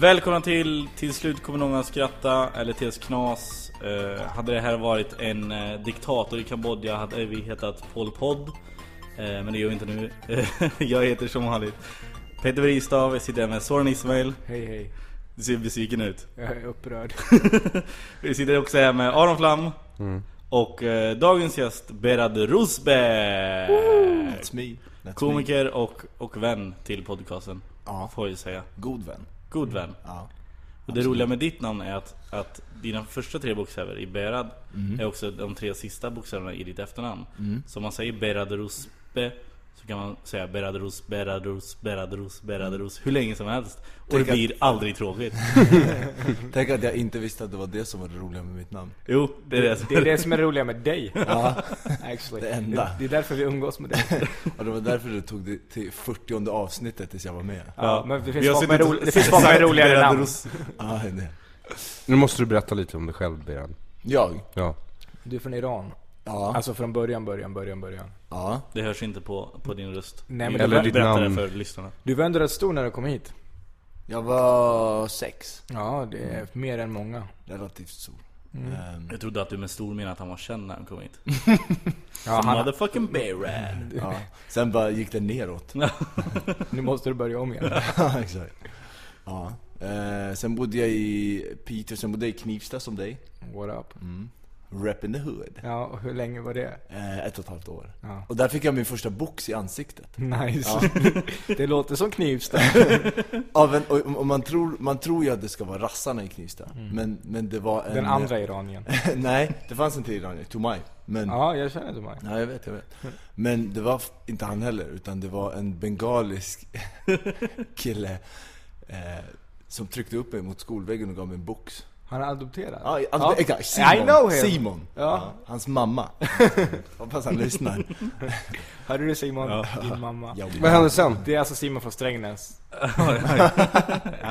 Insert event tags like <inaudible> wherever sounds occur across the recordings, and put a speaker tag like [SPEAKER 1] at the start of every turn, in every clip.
[SPEAKER 1] Välkomna till Till slut kommer någon att skratta eller TS Knas eh, Hade det här varit en eh, diktator i Kambodja hade vi hetat Pol Pod eh, Men det gör vi inte nu <laughs> Jag heter som vanligt Peter Bristav, jag sitter här med Soran Ismail
[SPEAKER 2] Hej hej,
[SPEAKER 1] Du ser besviken ut
[SPEAKER 2] jag är
[SPEAKER 3] <laughs>
[SPEAKER 2] upprörd.
[SPEAKER 1] Vi sitter också här med Aron Flam Och eh, dagens gäst Berad Rosberg
[SPEAKER 3] That's me. That's me.
[SPEAKER 1] Komiker och, och vän till podcasten
[SPEAKER 3] Ja.
[SPEAKER 1] Får jag säga
[SPEAKER 3] God vän.
[SPEAKER 1] God vän
[SPEAKER 3] Ja.
[SPEAKER 1] Och det roliga med ditt namn är att, att dina första tre bokstäver i Berad är också de tre sista bokstäverna i ditt efternamn. Så om man säger Berad Ruspe så kan man säga Berad Rus, Berad Rus, Berad Rus, Berad Rus hur länge som helst. Och
[SPEAKER 3] Tänk
[SPEAKER 1] det
[SPEAKER 3] att-
[SPEAKER 1] blir aldrig tråkigt.
[SPEAKER 3] Tänk att jag inte visste att det var det som var det roliga med mitt namn.
[SPEAKER 1] Jo, det är det. som-
[SPEAKER 2] Det är det som är det roliga med dig.
[SPEAKER 3] Ja.
[SPEAKER 2] <laughs> Actually.
[SPEAKER 3] Det enda.
[SPEAKER 2] Det, det är därför vi umgås med
[SPEAKER 3] <laughs>
[SPEAKER 2] dig.
[SPEAKER 3] Och det var därför du tog det till 40 avsnittet tills jag var med.
[SPEAKER 2] Ja, men
[SPEAKER 1] Vi
[SPEAKER 2] det finns
[SPEAKER 1] har
[SPEAKER 2] folk med,
[SPEAKER 1] suttit-
[SPEAKER 2] ro- det finns folk med
[SPEAKER 1] sagt
[SPEAKER 2] roligare
[SPEAKER 1] Berad
[SPEAKER 2] namn.
[SPEAKER 1] Rus.
[SPEAKER 3] Ja, det.
[SPEAKER 4] Nu måste du berätta lite om dig själv Beran.
[SPEAKER 3] Jag?
[SPEAKER 4] Ja.
[SPEAKER 2] Du är från Iran.
[SPEAKER 3] Ja.
[SPEAKER 2] Alltså från början, början, början, början.
[SPEAKER 3] ja.
[SPEAKER 1] Det hörs inte på, på din röst.
[SPEAKER 2] Nej, men
[SPEAKER 1] Vi
[SPEAKER 2] det
[SPEAKER 4] var- ditt
[SPEAKER 1] berättar
[SPEAKER 4] namn.
[SPEAKER 1] det för lyssnarna.
[SPEAKER 2] Du var ändå rätt stor när du kom hit.
[SPEAKER 3] Jag var sex.
[SPEAKER 2] Ja, det är mer än många.
[SPEAKER 3] Relativt stor.
[SPEAKER 2] Mm.
[SPEAKER 3] Ehm,
[SPEAKER 1] Jag trodde att du med stor menade att han var känd när han kom hit.
[SPEAKER 2] Ja, han,
[SPEAKER 1] Motherfucking Berad.
[SPEAKER 3] Ehm, ja. Sen bara gick
[SPEAKER 2] <laughs>
[SPEAKER 3] det neråt.
[SPEAKER 2] nu måste du börja om igen.
[SPEAKER 3] Ja, Exakt. Ja. Eh, sen bodde jag i Peter, sen bodde jag i Knivsta som dig.
[SPEAKER 2] What up?
[SPEAKER 3] Mm. Rep in the hood.
[SPEAKER 2] Ja, och hur länge var det?
[SPEAKER 3] Eh, ett och ett halvt år.
[SPEAKER 2] Ja.
[SPEAKER 3] Och där fick jag min första box i ansiktet.
[SPEAKER 2] Nice.
[SPEAKER 3] <laughs>
[SPEAKER 2] det låter som Knivsta.
[SPEAKER 3] Av en, och, och man, tror, man tror ju att det ska vara rassarna i Knivsta. Men, men det var en...
[SPEAKER 2] Mm. Den
[SPEAKER 3] <laughs>
[SPEAKER 2] andra iranien.
[SPEAKER 3] nej, det fanns inte i Iran, Tomaj. Men...
[SPEAKER 2] Ja, jag känner inte mig.
[SPEAKER 3] Ja, jag vet, jag vet. Men det var f- inte han heller, utan det var en bengalisk <laughs> kille eh, som tryckte upp mig mot skolväggen och gav mig en box.
[SPEAKER 2] Han är adopterad.
[SPEAKER 3] Ja, alltså,
[SPEAKER 2] Ja.
[SPEAKER 3] exakt. Simon.
[SPEAKER 2] I know him.
[SPEAKER 3] Simon.
[SPEAKER 2] Ja.
[SPEAKER 3] hans mamma.
[SPEAKER 2] <laughs>
[SPEAKER 3] Hoppas han lyssnar.
[SPEAKER 2] Hörde du Simon? Din mamma.
[SPEAKER 3] Jag-
[SPEAKER 4] Vad hände sen?
[SPEAKER 2] Det är alltså Simon från Strängnäs.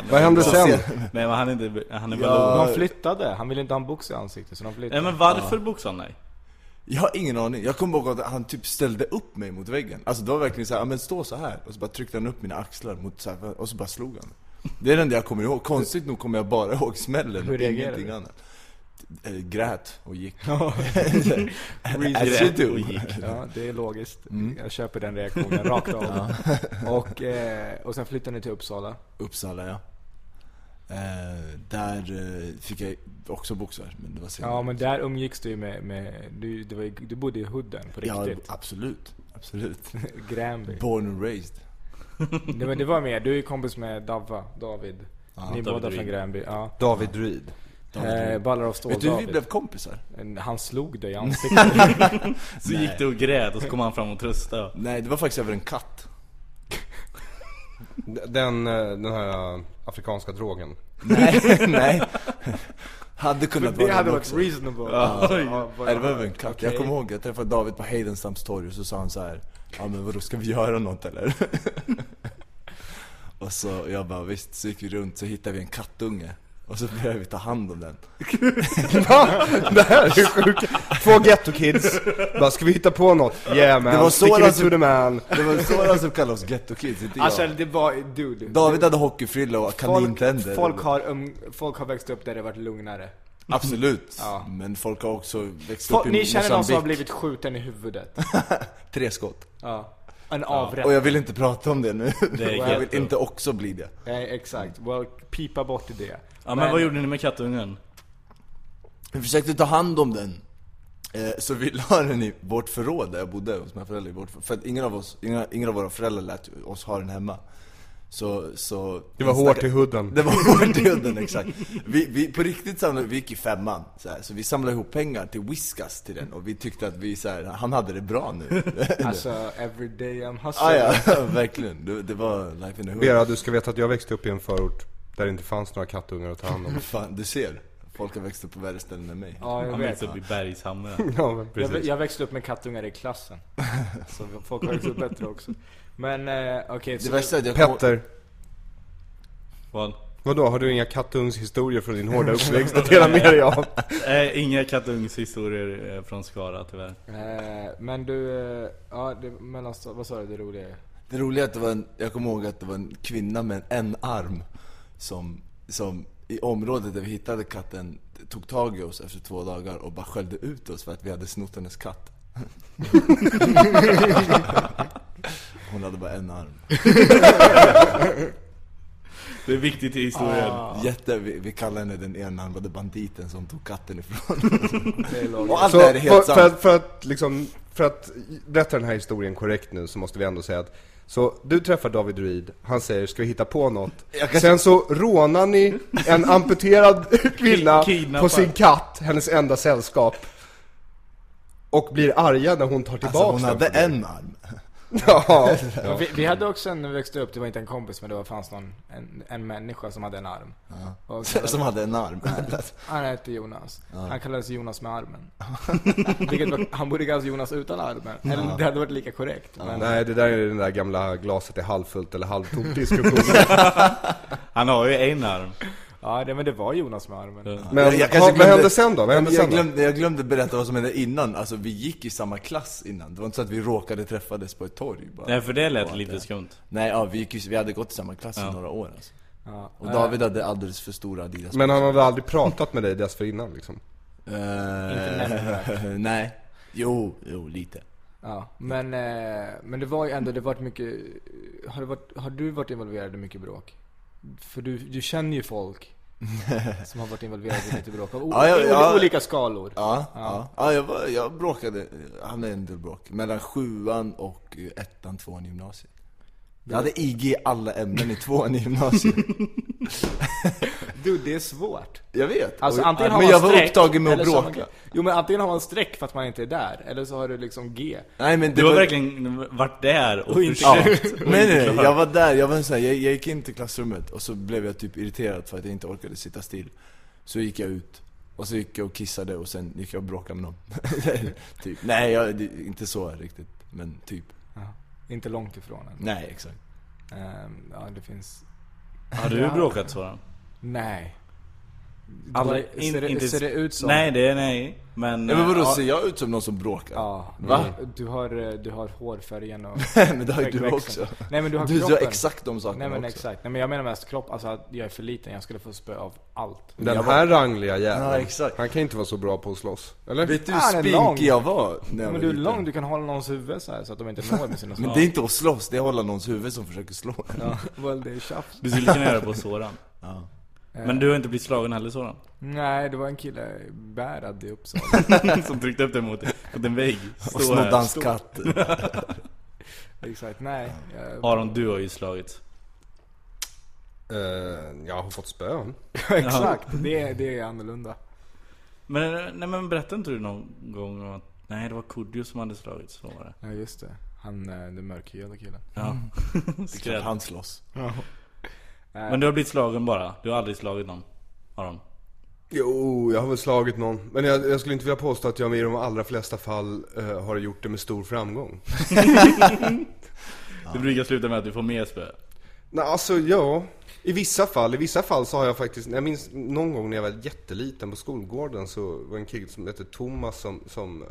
[SPEAKER 4] Vad hände sen?
[SPEAKER 1] Nej men han är inte, han är
[SPEAKER 3] Ja.
[SPEAKER 1] bara
[SPEAKER 2] De flyttade, han ville inte ha en box i ansiktet så de
[SPEAKER 1] Nej
[SPEAKER 2] flyttade.
[SPEAKER 1] men varför boxade han dig?
[SPEAKER 3] Jag har ingen aning. Jag kommer ihåg att han typ ställde upp mig mot väggen. Alltså det var verkligen så här, "Ja, men stå så här. Och så bara tryckte han upp mina axlar mot så här, och så bara slog han. Det är det enda jag kommer ihåg. Konstigt nog kommer jag bara <laughs> ihåg smällen
[SPEAKER 2] Hur
[SPEAKER 3] och
[SPEAKER 2] reagerade
[SPEAKER 3] ingenting
[SPEAKER 2] du?
[SPEAKER 3] annat. Eh, Grät och gick. <laughs>
[SPEAKER 2] Reason-
[SPEAKER 3] As you do.
[SPEAKER 1] och gick.
[SPEAKER 2] Ja, det är logiskt.
[SPEAKER 3] Mm.
[SPEAKER 2] Jag köper den reaktionen rakt
[SPEAKER 3] <laughs>
[SPEAKER 2] av. och, eh, och sen flyttade ni till Uppsala.
[SPEAKER 3] Uppsala ja. Eh, där eh, fick jag också boxar, men det var senare.
[SPEAKER 2] Ja men där umgicks du ju med, med du, det var, ju- du bodde i hooden på
[SPEAKER 3] ja,
[SPEAKER 2] riktigt.
[SPEAKER 3] absolut. Absolut.
[SPEAKER 2] Gränby.
[SPEAKER 3] Born and raised.
[SPEAKER 2] Nej men det var mer, du är ju kompis med Davva, David. ni
[SPEAKER 1] David
[SPEAKER 2] båda
[SPEAKER 1] Ruin.
[SPEAKER 2] från Gränby. Ja.
[SPEAKER 4] David Druid.
[SPEAKER 2] Eh, ballar av stål
[SPEAKER 3] Vet du hur vi
[SPEAKER 2] David.
[SPEAKER 3] blev kompisar?
[SPEAKER 2] Han slog
[SPEAKER 3] <laughs>
[SPEAKER 2] dig i ansiktet.
[SPEAKER 1] Så gick du och grät och så kom han fram och tröstade.
[SPEAKER 3] Nej, det var faktiskt över en katt.
[SPEAKER 4] D- Den, eh, den här eh, afrikanska <laughs> drogen.
[SPEAKER 3] Nej, <laughs> nej. Hade kunnat
[SPEAKER 2] det
[SPEAKER 3] den
[SPEAKER 2] hade
[SPEAKER 3] också.
[SPEAKER 2] varit reasonable.
[SPEAKER 3] Nej, det var över en katt. Jag kommer ihåg, jag träffade David på Heidenstams torg och så sa han så här. Ja men vadå, ska vi göra något eller? <laughs> och så jag bara visst, så gick vi runt så hittade vi en kattunge. Och så började vi ta hand om den.
[SPEAKER 4] det här är sjukt. Två ghetto-kids, bara ska vi hitta på något? Yeah man,
[SPEAKER 3] Det var så
[SPEAKER 4] sticker it
[SPEAKER 3] alltså-
[SPEAKER 4] to the man
[SPEAKER 3] Det var så alla som kallade oss ghetto kids, inte jag.
[SPEAKER 2] Alltså det var, dude.
[SPEAKER 3] David hade hockeyfrilla och
[SPEAKER 2] folk,
[SPEAKER 3] kanintänder.
[SPEAKER 2] folk, har, um, folk har växt upp där det varit lugnare.
[SPEAKER 3] Absolut.
[SPEAKER 2] Ja.
[SPEAKER 3] Men folk har också växt
[SPEAKER 2] Folk,
[SPEAKER 3] upp i
[SPEAKER 2] ni känner någon som har
[SPEAKER 3] Moçambique.
[SPEAKER 2] blivit skjuten i
[SPEAKER 3] <laughs>
[SPEAKER 2] huvudet.
[SPEAKER 3] Tre skott.
[SPEAKER 2] Ja. En avrätt.
[SPEAKER 3] Och jag vill inte prata om det nu.
[SPEAKER 1] är
[SPEAKER 3] och jag vill
[SPEAKER 1] ghetto.
[SPEAKER 3] inte också bli det.
[SPEAKER 2] Nej, exakt. Well, pipa bort det.
[SPEAKER 1] Ja men vad gjorde ni med kattungen?
[SPEAKER 3] Vi försökte ta hand om den. Eh, Så vi <laughs> la den i vårt förråd där jag bodde hos mina föräldrar. i Vårt, för att ingen av, oss, ingen, ingen av våra föräldrar lät oss ha den hemma. Så, så
[SPEAKER 4] Det var hårt i hooden
[SPEAKER 3] <laughs> Det var
[SPEAKER 4] <laughs>
[SPEAKER 3] hårt i hooden, exakt. Vi, vi, på riktigt samlade, vi gick i femman, så, här, så vi samlade ihop pengar till Whiskas till den och vi tyckte att vi så här, han hade det bra
[SPEAKER 4] <laughs>
[SPEAKER 3] nu.
[SPEAKER 2] Alltså, every day I'm
[SPEAKER 3] ah,
[SPEAKER 2] hustling.
[SPEAKER 3] ja, <laughs> verkligen. Det, det var life in the hood.
[SPEAKER 4] Bera, du ska veta att jag växte upp i en förort där det inte fanns några kattungar att ta hand om
[SPEAKER 3] Fan, du ser. Folk har växt upp på värre ställen än mig.
[SPEAKER 2] Ja, jag
[SPEAKER 1] Han
[SPEAKER 2] vet.
[SPEAKER 1] växte upp i Bergshamra.
[SPEAKER 4] <laughs> Ja men
[SPEAKER 2] Jag, vä-
[SPEAKER 4] precis
[SPEAKER 2] jag växte upp med kattungar i
[SPEAKER 3] <laughs>
[SPEAKER 2] klassen. Så folk har växt upp bättre också. Men eh, okej,
[SPEAKER 3] Det
[SPEAKER 2] så-
[SPEAKER 3] värsta är att jag kom-
[SPEAKER 4] Petter,
[SPEAKER 1] Vad?
[SPEAKER 4] vadå har du inga kattungshistorier från din hårda uppväxt att dela med dig av?
[SPEAKER 1] Eh, inga kattungshistorier eh, från Skara tyvärr.
[SPEAKER 2] eh, men du, eh, ja, det, mellanstad, vad sa du det roliga är?
[SPEAKER 3] Det roliga är att det var en, jag kommer ihåg att det var en kvinna med en arm som, som i området där vi hittade katten tog tag i oss efter två dagar och bara skällde ut oss för att vi hade snott hennes katt. <laughs> Hon hade bara en arm.
[SPEAKER 1] Det är viktigt i historien.
[SPEAKER 3] Jätte, vi, vi kallade henne den enarmade banditen som tog katten ifrån
[SPEAKER 2] Det är långt.
[SPEAKER 3] Och allt
[SPEAKER 4] Så
[SPEAKER 3] det här är helt
[SPEAKER 4] för, för,
[SPEAKER 3] sant.
[SPEAKER 4] att, för att liksom, för att berätta den här historien korrekt nu så måste vi ändå säga att så du träffar David Ruid, han säger ska vi hitta på något? Sen så rånar ni en
[SPEAKER 3] <laughs>
[SPEAKER 4] amputerad kvinna
[SPEAKER 1] kidnappar.
[SPEAKER 4] på sin katt, hennes enda sällskap. Och blir arga när hon tar tillbaka
[SPEAKER 3] Alltså hon
[SPEAKER 4] den.
[SPEAKER 3] hade en arm.
[SPEAKER 4] <laughs> Ja.
[SPEAKER 2] Men Vi, vi hade också en, när vi växte upp, det var inte en kompis men det var fanns någon, en, en människa som hade en arm.
[SPEAKER 3] <laughs>
[SPEAKER 2] Och kallade,
[SPEAKER 3] Som Alltså, hade
[SPEAKER 2] <laughs>
[SPEAKER 3] en arm.
[SPEAKER 2] han hette Jonas. Han kallades Jonas med
[SPEAKER 3] <laughs>
[SPEAKER 2] armen. Vilket var, han borde kallas Jonas utan armen. Eller det hade varit lika korrekt. Men,
[SPEAKER 4] Nej det där är den där gamla glaset är halvfullt eller
[SPEAKER 3] <laughs>
[SPEAKER 4] halvtomt diskussionen.
[SPEAKER 1] Han har ju en arm.
[SPEAKER 2] ja, det, men det var Jonas med armen.
[SPEAKER 4] Men
[SPEAKER 3] Jag- jag kanske
[SPEAKER 4] ha, vad
[SPEAKER 3] glömde-
[SPEAKER 4] hände sen då? Vad hände
[SPEAKER 3] jag,
[SPEAKER 4] sen då?
[SPEAKER 3] glömde, jag glömde berätta vad som hände innan, alltså vi gick i samma klass innan. Det var inte så att vi råkade träffades på ett torg bara.
[SPEAKER 1] Nej för det lät lite skumt.
[SPEAKER 3] Nej, ja, vi, gick, ju- vi hade gått i samma klass i några år alltså.
[SPEAKER 2] Ja.
[SPEAKER 3] Och David hade alldeles för stora Adidas
[SPEAKER 4] Men han hade aldrig pratat med dig dessförinnan liksom?
[SPEAKER 3] Eh, <laughs> Nej. Jo, jo lite.
[SPEAKER 2] Ja, men, eh, men det var ju ändå, det varit mycket, har, det varit, har du varit involverad i mycket bråk? För du, du känner ju
[SPEAKER 3] <laughs>
[SPEAKER 2] folk som har varit involverade i lite bråk av o-
[SPEAKER 3] Ja, ja, ja.
[SPEAKER 2] o- olika skalor.
[SPEAKER 3] Ja, ja. ja. jag, var, jag bråkade, jag hamnade i en del bråk. Mellan sjuan och eh, ettan, tvåan i gymnasiet. Jag hade IG i alla ämnen i tvåan i
[SPEAKER 2] <laughs>
[SPEAKER 3] gymnasiet.
[SPEAKER 2] Du, det är svårt.
[SPEAKER 3] Jag vet.
[SPEAKER 2] Alltså
[SPEAKER 3] Och-
[SPEAKER 2] antingen har
[SPEAKER 3] men
[SPEAKER 2] man
[SPEAKER 3] jag var
[SPEAKER 2] streck,
[SPEAKER 3] upptagen med att
[SPEAKER 2] eller så har
[SPEAKER 3] bråka.
[SPEAKER 2] Man, jo men antingen har man streck för att man inte är där, eller så har du liksom G.
[SPEAKER 3] Nej, men det
[SPEAKER 1] Du har
[SPEAKER 3] var-
[SPEAKER 1] verkligen varit där och inte
[SPEAKER 3] Ja. Nej, nej, nej, jag var där, jag, var en sån här, jag, jag gick in till klassrummet och så blev jag typ irriterad för att jag inte orkade sitta still. Så gick jag ut, och så gick jag och kissade och sen gick jag och bråkade med någon. <laughs> typ. Nej, jag, det, inte så riktigt, men typ.
[SPEAKER 2] Inte långt ifrån än.
[SPEAKER 3] Nej, exakt.
[SPEAKER 2] Ehm, ja, det finns...
[SPEAKER 1] Har du bråkat Soran?
[SPEAKER 2] Nej.
[SPEAKER 1] Aldrig-
[SPEAKER 2] Bara- ser, det,
[SPEAKER 1] inte-
[SPEAKER 2] ser det ut som?
[SPEAKER 1] Nej det är nej. Men...
[SPEAKER 3] Nej, men vadå,
[SPEAKER 1] ja,
[SPEAKER 3] ser jag ut som någon som bråkar?
[SPEAKER 2] Ja,
[SPEAKER 3] Va?
[SPEAKER 2] du- Du har, eh, du har hårfärgen och...
[SPEAKER 3] <laughs> men det har ju du
[SPEAKER 2] växeln.
[SPEAKER 3] också.
[SPEAKER 2] Nej men du har
[SPEAKER 3] Du
[SPEAKER 2] kroppen.
[SPEAKER 3] sa exakt de sakerna
[SPEAKER 2] Nej men
[SPEAKER 3] också.
[SPEAKER 2] exakt, nej men jag menar mest kropp, alltså att jag är för liten, jag skulle få spö av allt.
[SPEAKER 4] Den här rangliga jäveln,
[SPEAKER 3] Ja, exakt.
[SPEAKER 4] han kan inte vara så bra på att slåss. Eller?
[SPEAKER 3] Vet du
[SPEAKER 2] Ah,
[SPEAKER 3] hur
[SPEAKER 2] den är lång.
[SPEAKER 3] spinkig jag var när jag
[SPEAKER 2] Men
[SPEAKER 3] var
[SPEAKER 2] du är
[SPEAKER 3] liten?
[SPEAKER 2] lång, du kan hålla någons huvud så här så att de inte når med sina
[SPEAKER 3] <laughs> Men
[SPEAKER 2] slag.
[SPEAKER 3] det är inte att slåss, det är att hålla någons huvud som försöker slå en.
[SPEAKER 2] Ja, well, det är tjafs.
[SPEAKER 1] Du skulle kunna göra det på Soran. Men du har inte blivit slagen heller Soran?
[SPEAKER 2] Nej, det var en kille, Bärad i
[SPEAKER 3] <laughs>
[SPEAKER 2] Uppsala.
[SPEAKER 1] Som tryckte upp dig mot, mot en vägg. Stå
[SPEAKER 3] Och snodde
[SPEAKER 1] här.
[SPEAKER 3] hans katt.
[SPEAKER 2] Exakt, nej. eh, Jag,
[SPEAKER 1] Aron du har ju slagit.
[SPEAKER 4] Eh, jag har fått spön.
[SPEAKER 2] <laughs> exakt, det, är- det är annorlunda.
[SPEAKER 1] Men, nej, men berättade inte du någon gång om att Nej det var Kodjo som hade slagit så var det.
[SPEAKER 2] Ja just det, han eh, den mörkhyade killen. <clears throat>
[SPEAKER 1] Ja. <laughs>
[SPEAKER 3] Det är klart
[SPEAKER 1] Skräp.
[SPEAKER 3] Typ, han slåss.
[SPEAKER 1] Men du har blivit slagen bara. Du har aldrig slagit någon. Aron.
[SPEAKER 4] Jo, jag har väl slagit någon. Men jag, jag skulle inte vilja påstå att jag i de allra flesta fall eh, har gjort det med stor framgång.
[SPEAKER 1] Det brukar sluta med att du får mer spö.
[SPEAKER 4] Nej, alltså ja. I vissa fall, i vissa fall så har jag faktiskt, jag minns någon gång när jag var jätteliten på skolgården så var det en kille som hette Thomas som, som eh,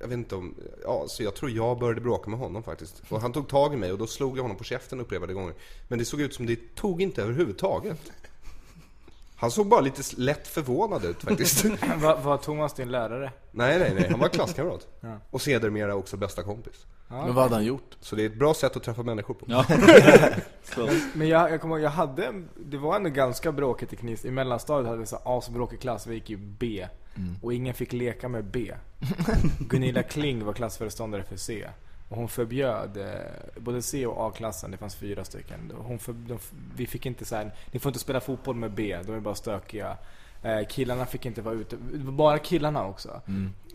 [SPEAKER 4] jag vet inte om, ja så jag tror jag började bråka med honom faktiskt. Och han tog tag i mig och då slog jag honom på käften upprepade gånger. Men det såg ut som det tog inte överhuvudtaget. Han såg bara lite s- lätt förvånad ut faktiskt.
[SPEAKER 2] Var, var Thomas din lärare?
[SPEAKER 4] nej, nej, nej, han var klasskamrat.
[SPEAKER 2] Ja.
[SPEAKER 4] Och sedermera också bästa kompis.
[SPEAKER 3] Men vad hade han gjort?
[SPEAKER 4] Så det är ett bra sätt att träffa människor på.
[SPEAKER 1] Ja. Så.
[SPEAKER 2] Men jag, jag kommer ihåg, jag hade, en- det var ändå ganska bråkigt i Knivs. I mellanstadiet hade vi så asbråkig klass, vi gick i B.
[SPEAKER 3] Mm.
[SPEAKER 2] Och ingen fick leka med
[SPEAKER 3] <laughs>
[SPEAKER 2] B. Gunilla Kling var klassföreståndare för C. Och hon förbjöd eh, både C och A-klassen, det fanns fyra stycken. Hon för, de, vi fick inte så här, ni får inte spela fotboll med B, de är bara stökiga. Eh, killarna fick inte vara ute, det var bara killarna också.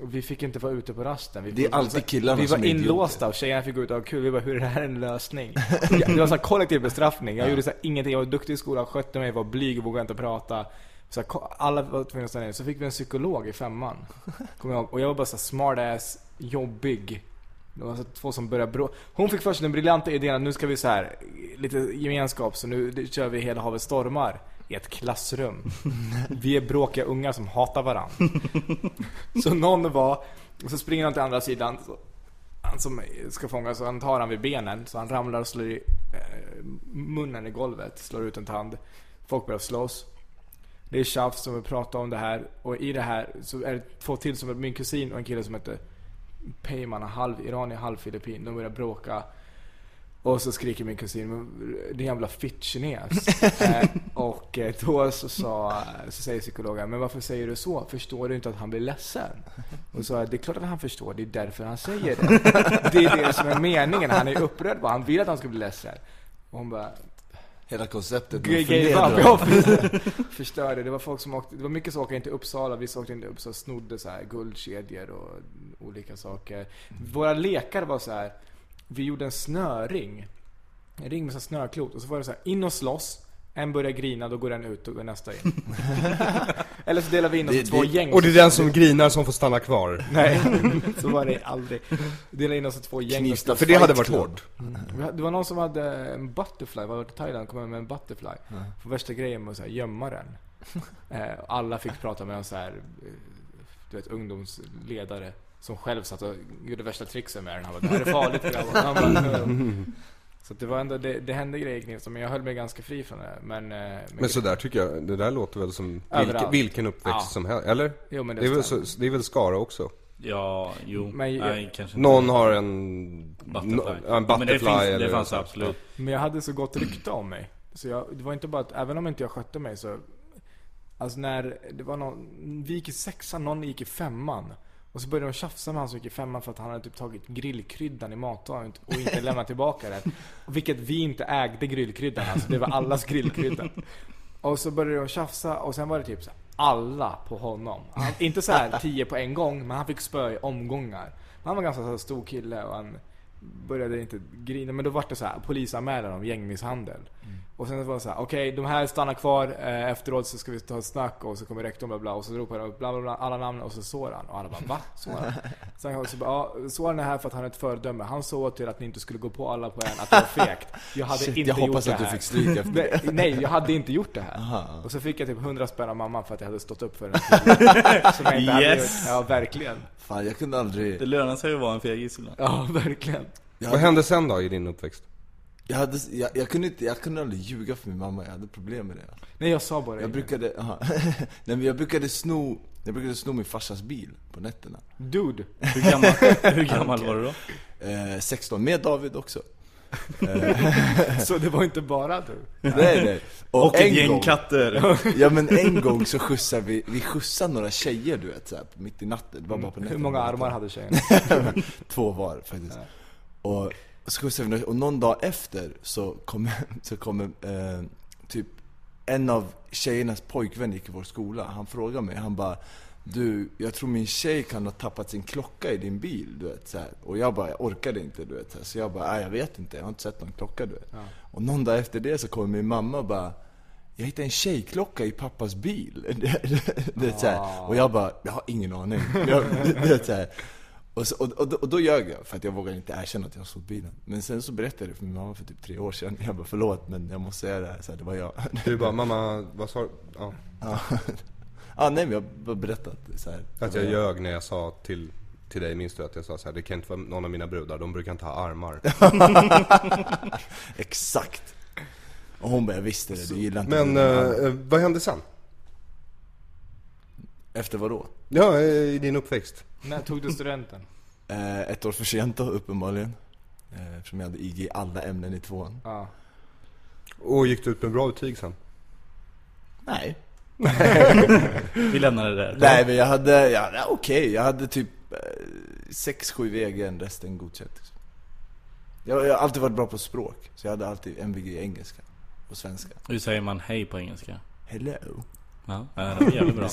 [SPEAKER 2] Och vi fick inte vara ute på rasten. Vi
[SPEAKER 3] Mm. Det är
[SPEAKER 2] får-
[SPEAKER 3] alltid killarna
[SPEAKER 2] Vi
[SPEAKER 3] som
[SPEAKER 2] var
[SPEAKER 3] är idioter.
[SPEAKER 2] inlåsta och tjejerna fick gå ut och ha kul. Vi bara, hur är det här en lösning? Ja, Det var så här kollektiv bestraffning. Jag gjorde så här, ingenting. Jag var duktig i skolan, skötte mig, var blyg och vågade inte prata. Så här, ko- alla var tvungna att stanna ner. Så fick vi en psykolog i femman. Kommer jag ihåg. Och jag var bara så här smartass, jobbig. Det var så här två som började brå- Hon fick först den briljanta idén att nu ska vi så här lite gemenskap så nu det- kör vi Hela havet stormar i ett klassrum. Vi är bråkiga unga som hatar varandra. Så någon var, och så springer han till andra sidan. Så han som ska fångas, och han tar han vid benen. Så han ramlar och slår i eh, munnen i golvet. Slår ut en tand. Folk börjar slåss. Det är tjafs som vi pratar om det här. Och i det här så är det två till som är min kusin och en kille som heter Peyman, han är halv iranier, halv filippin. De börjar bråka. Och så skriker min kusin, "Men, det är en jävla fittkines. eh, och eh, då så, sa, så säger psykologen, men varför säger du så? Förstår du inte att han blir ledsen? Och så sa jag, det är klart att han förstår, det är därför han säger det. <laughs> Det är det som är meningen, han är upprörd bara, han vill att han ska bli ledsen. Och hon bara,
[SPEAKER 3] Hela konceptet
[SPEAKER 2] Gay, gay,
[SPEAKER 3] förnedrar.
[SPEAKER 2] ja, precis. förstörde. Det var folk som åkte, det var mycket som åkte in till Uppsala. Vi som åkte in till Uppsala och snodde så här guldkedjor och olika saker. Våra lekar var så här. Vi gjorde en snöring. En ring med så här snöklot och så var det så här in och slåss. En börjar grina, då går den ut och går nästa in. Eller så delar vi in oss i
[SPEAKER 3] Det-
[SPEAKER 2] två
[SPEAKER 3] det-
[SPEAKER 2] gäng.
[SPEAKER 4] Och det är den som grinar som får stanna kvar.
[SPEAKER 2] Nej, <laughs> så var det aldrig. Delade in oss i två gäng. och
[SPEAKER 3] Knivsta
[SPEAKER 4] För det hade varit
[SPEAKER 3] Fight Club.
[SPEAKER 4] hårt.
[SPEAKER 2] vi hade- Det var någon som hade en butterfly, var i Thailand kom hem med en butterfly. För värsta grejen med att så här gömma
[SPEAKER 4] <laughs>
[SPEAKER 2] den. Eh, alla fick prata med en så här, eh, du vet ungdomsledare. Som själv satt och gjorde värsta tricksen med den. Han bara, det här är farligt grabbar. Han bara, "No." Så att det var ändå, det, det hände grejer i Knivsta, men jag höll mig ganska fri från det. Men, eh,
[SPEAKER 4] Men sådär tycker jag, det där låter väl som vilken,
[SPEAKER 2] Överallt.
[SPEAKER 4] vilken uppväxt
[SPEAKER 2] Ja.
[SPEAKER 4] som helst, eller?
[SPEAKER 2] Jo, men det
[SPEAKER 4] Det är, väl så,
[SPEAKER 2] stämmer.
[SPEAKER 4] det är väl Skara också?
[SPEAKER 1] Ja, jo.
[SPEAKER 2] Men jag-
[SPEAKER 1] Nej, kanske inte.
[SPEAKER 4] Någon har en...
[SPEAKER 1] Mm. Butterfly.
[SPEAKER 4] no- ja, en butterfly
[SPEAKER 1] Men det finns,
[SPEAKER 4] eller
[SPEAKER 1] det fanns
[SPEAKER 4] så.
[SPEAKER 1] absolut.
[SPEAKER 2] Men jag hade så gott rykte om mig. Så jag, det var inte bara att, även om inte jag skötte mig så... Alltså när det var någon, vi gick i sexan, någon gick i femman. Och så började de tjafsa med han som gick i femman för att han hade typ tagit grillkryddan i matlådan och inte- och inte lämnat tillbaka den. Vilket vi inte ägde grillkryddan, alltså det var allas grillkrydda. Och så började de tjafsa och sen var det typ så här, alla på honom. Han, inte så
[SPEAKER 3] <laughs>
[SPEAKER 2] här tio på en gång, men han fick spö i omgångar. Han var ganska så här stor kille och han började inte grina. Men då var det så här polisanmälan om gängmisshandel.
[SPEAKER 3] Mm.
[SPEAKER 2] Och sen var det så här, okej de här stannar kvar. Eh, efteråt så ska vi ta ett snack och så kommer rektorn bla bla. Och så ropar de upp bla bla bla, alla namn och så Soran. Och alla bara va?
[SPEAKER 3] <laughs>
[SPEAKER 2] Soran? Sen kom- så bara, ja, Soran är här för att han är ett föredöme. Han såg åt er att ni inte skulle gå på alla på en, att det var fegt. Jag hade
[SPEAKER 3] Shit,
[SPEAKER 2] inte
[SPEAKER 3] jag
[SPEAKER 2] gjort
[SPEAKER 3] hoppas
[SPEAKER 2] det
[SPEAKER 3] att du
[SPEAKER 2] här.
[SPEAKER 3] fick
[SPEAKER 2] <laughs>
[SPEAKER 3] stryk efter det.
[SPEAKER 2] Nej, nej, jag hade inte gjort det här.
[SPEAKER 3] Aha.
[SPEAKER 2] Och så fick jag typ 100 spänn av mamma för att jag hade stått upp
[SPEAKER 3] <laughs>
[SPEAKER 2] för den. Som jag inte hade
[SPEAKER 1] Yes.
[SPEAKER 2] gjort. Ja, verkligen.
[SPEAKER 3] Fan, jag kunde aldrig...
[SPEAKER 1] Det lönar sig att vara en fegis ibland.
[SPEAKER 2] Ja, verkligen.
[SPEAKER 3] Jag
[SPEAKER 4] Vad
[SPEAKER 3] hade,
[SPEAKER 4] hände sen då i din uppväxt?
[SPEAKER 3] jag, hade, jag, jag, kunde inte, jag kunde aldrig ljuga för min mamma, jag hade problem med det.
[SPEAKER 2] Nej, jag sa bara
[SPEAKER 3] Jag
[SPEAKER 2] det.
[SPEAKER 3] brukade, aha. <laughs> Nej, men jag brukade sno, jag brukade sno min farsas bil på nätterna. <laughs>
[SPEAKER 2] Dude.
[SPEAKER 1] Hur gammal, <laughs> hur gammal var du då?
[SPEAKER 3] Eh, 16, med David också.
[SPEAKER 2] Så det var inte bara du.
[SPEAKER 3] Nej nej.
[SPEAKER 1] Och ett gäng
[SPEAKER 3] gång-
[SPEAKER 1] katter.
[SPEAKER 3] <laughs> Ja men en gång så skjutsade vi, vi skjutsade några tjejer du vet så här, mitt i natten. Det var bara på
[SPEAKER 2] Mm. Hur
[SPEAKER 3] nätterna.
[SPEAKER 2] många armar hade
[SPEAKER 3] <laughs>
[SPEAKER 2] tjejen?
[SPEAKER 3] Två var faktiskt. Och så skjutsade vi några- och någon dag efter så kom, så kom eh, typ en av tjejernas pojkvän gick i vår skola. Han frågade mig, han bara du, jag tror min tjej kan ha tappat sin klocka i din bil, du vet så här. Och jag bara, jag orkade inte, du vet så, här. så jag bara, nej jag vet inte, jag har inte sett någon klocka du vet. Och någon dag efter det så kommer min mamma och bara, jag hittade en tjejklocka i pappas <laughs>
[SPEAKER 4] Ah.
[SPEAKER 3] bil. Det, det, det, är så här. Och jag bara, jag har ingen aning. Jag, det, det, är så här. Och Och, så, och, och, då- och då ljög jag, för att jag vågade inte erkänna att jag såg bilen. Men sen så berättade jag det för min mamma för typ tre år sedan. Jag bara, förlåt men jag måste säga det här, så här det var jag. <laughs>
[SPEAKER 4] Du bara, mamma, vad sa du? Ja,
[SPEAKER 3] Ja, ah, nej men jag har bara berättat så här.
[SPEAKER 4] att jag ljög när jag sa till, till dig, minns du att jag sa så här, det kan inte vara någon av mina brudar, de brukar inte ha armar.
[SPEAKER 3] <laughs> Exakt! Och hon bara, jag visste det, du gillar inte
[SPEAKER 4] Men
[SPEAKER 3] mina armar."
[SPEAKER 4] eh, vad hände sen?
[SPEAKER 3] Efter vad då?
[SPEAKER 4] Ja, eh, i din uppväxt.
[SPEAKER 2] När tog du studenten?
[SPEAKER 3] Eh, ett år för sent då, uppenbarligen. Eh, Eftersom jag hade IG i alla ämnen i tvåan.
[SPEAKER 2] Ja.
[SPEAKER 4] Och gick du ut med bra betyg sen?
[SPEAKER 3] Nej.
[SPEAKER 1] Vi lämnar det där.
[SPEAKER 3] Nej men jag hade, ja, ja, okej, jag hade typ 6-7 VGN, resten godkänt. liksom. Jag, jag har alltid varit bra på språk, så jag hade alltid MVG i engelska och svenska.
[SPEAKER 1] Hur säger man hej på engelska?
[SPEAKER 3] <laughs> Hello!
[SPEAKER 1] Ja, det var jävligt <laughs> bra.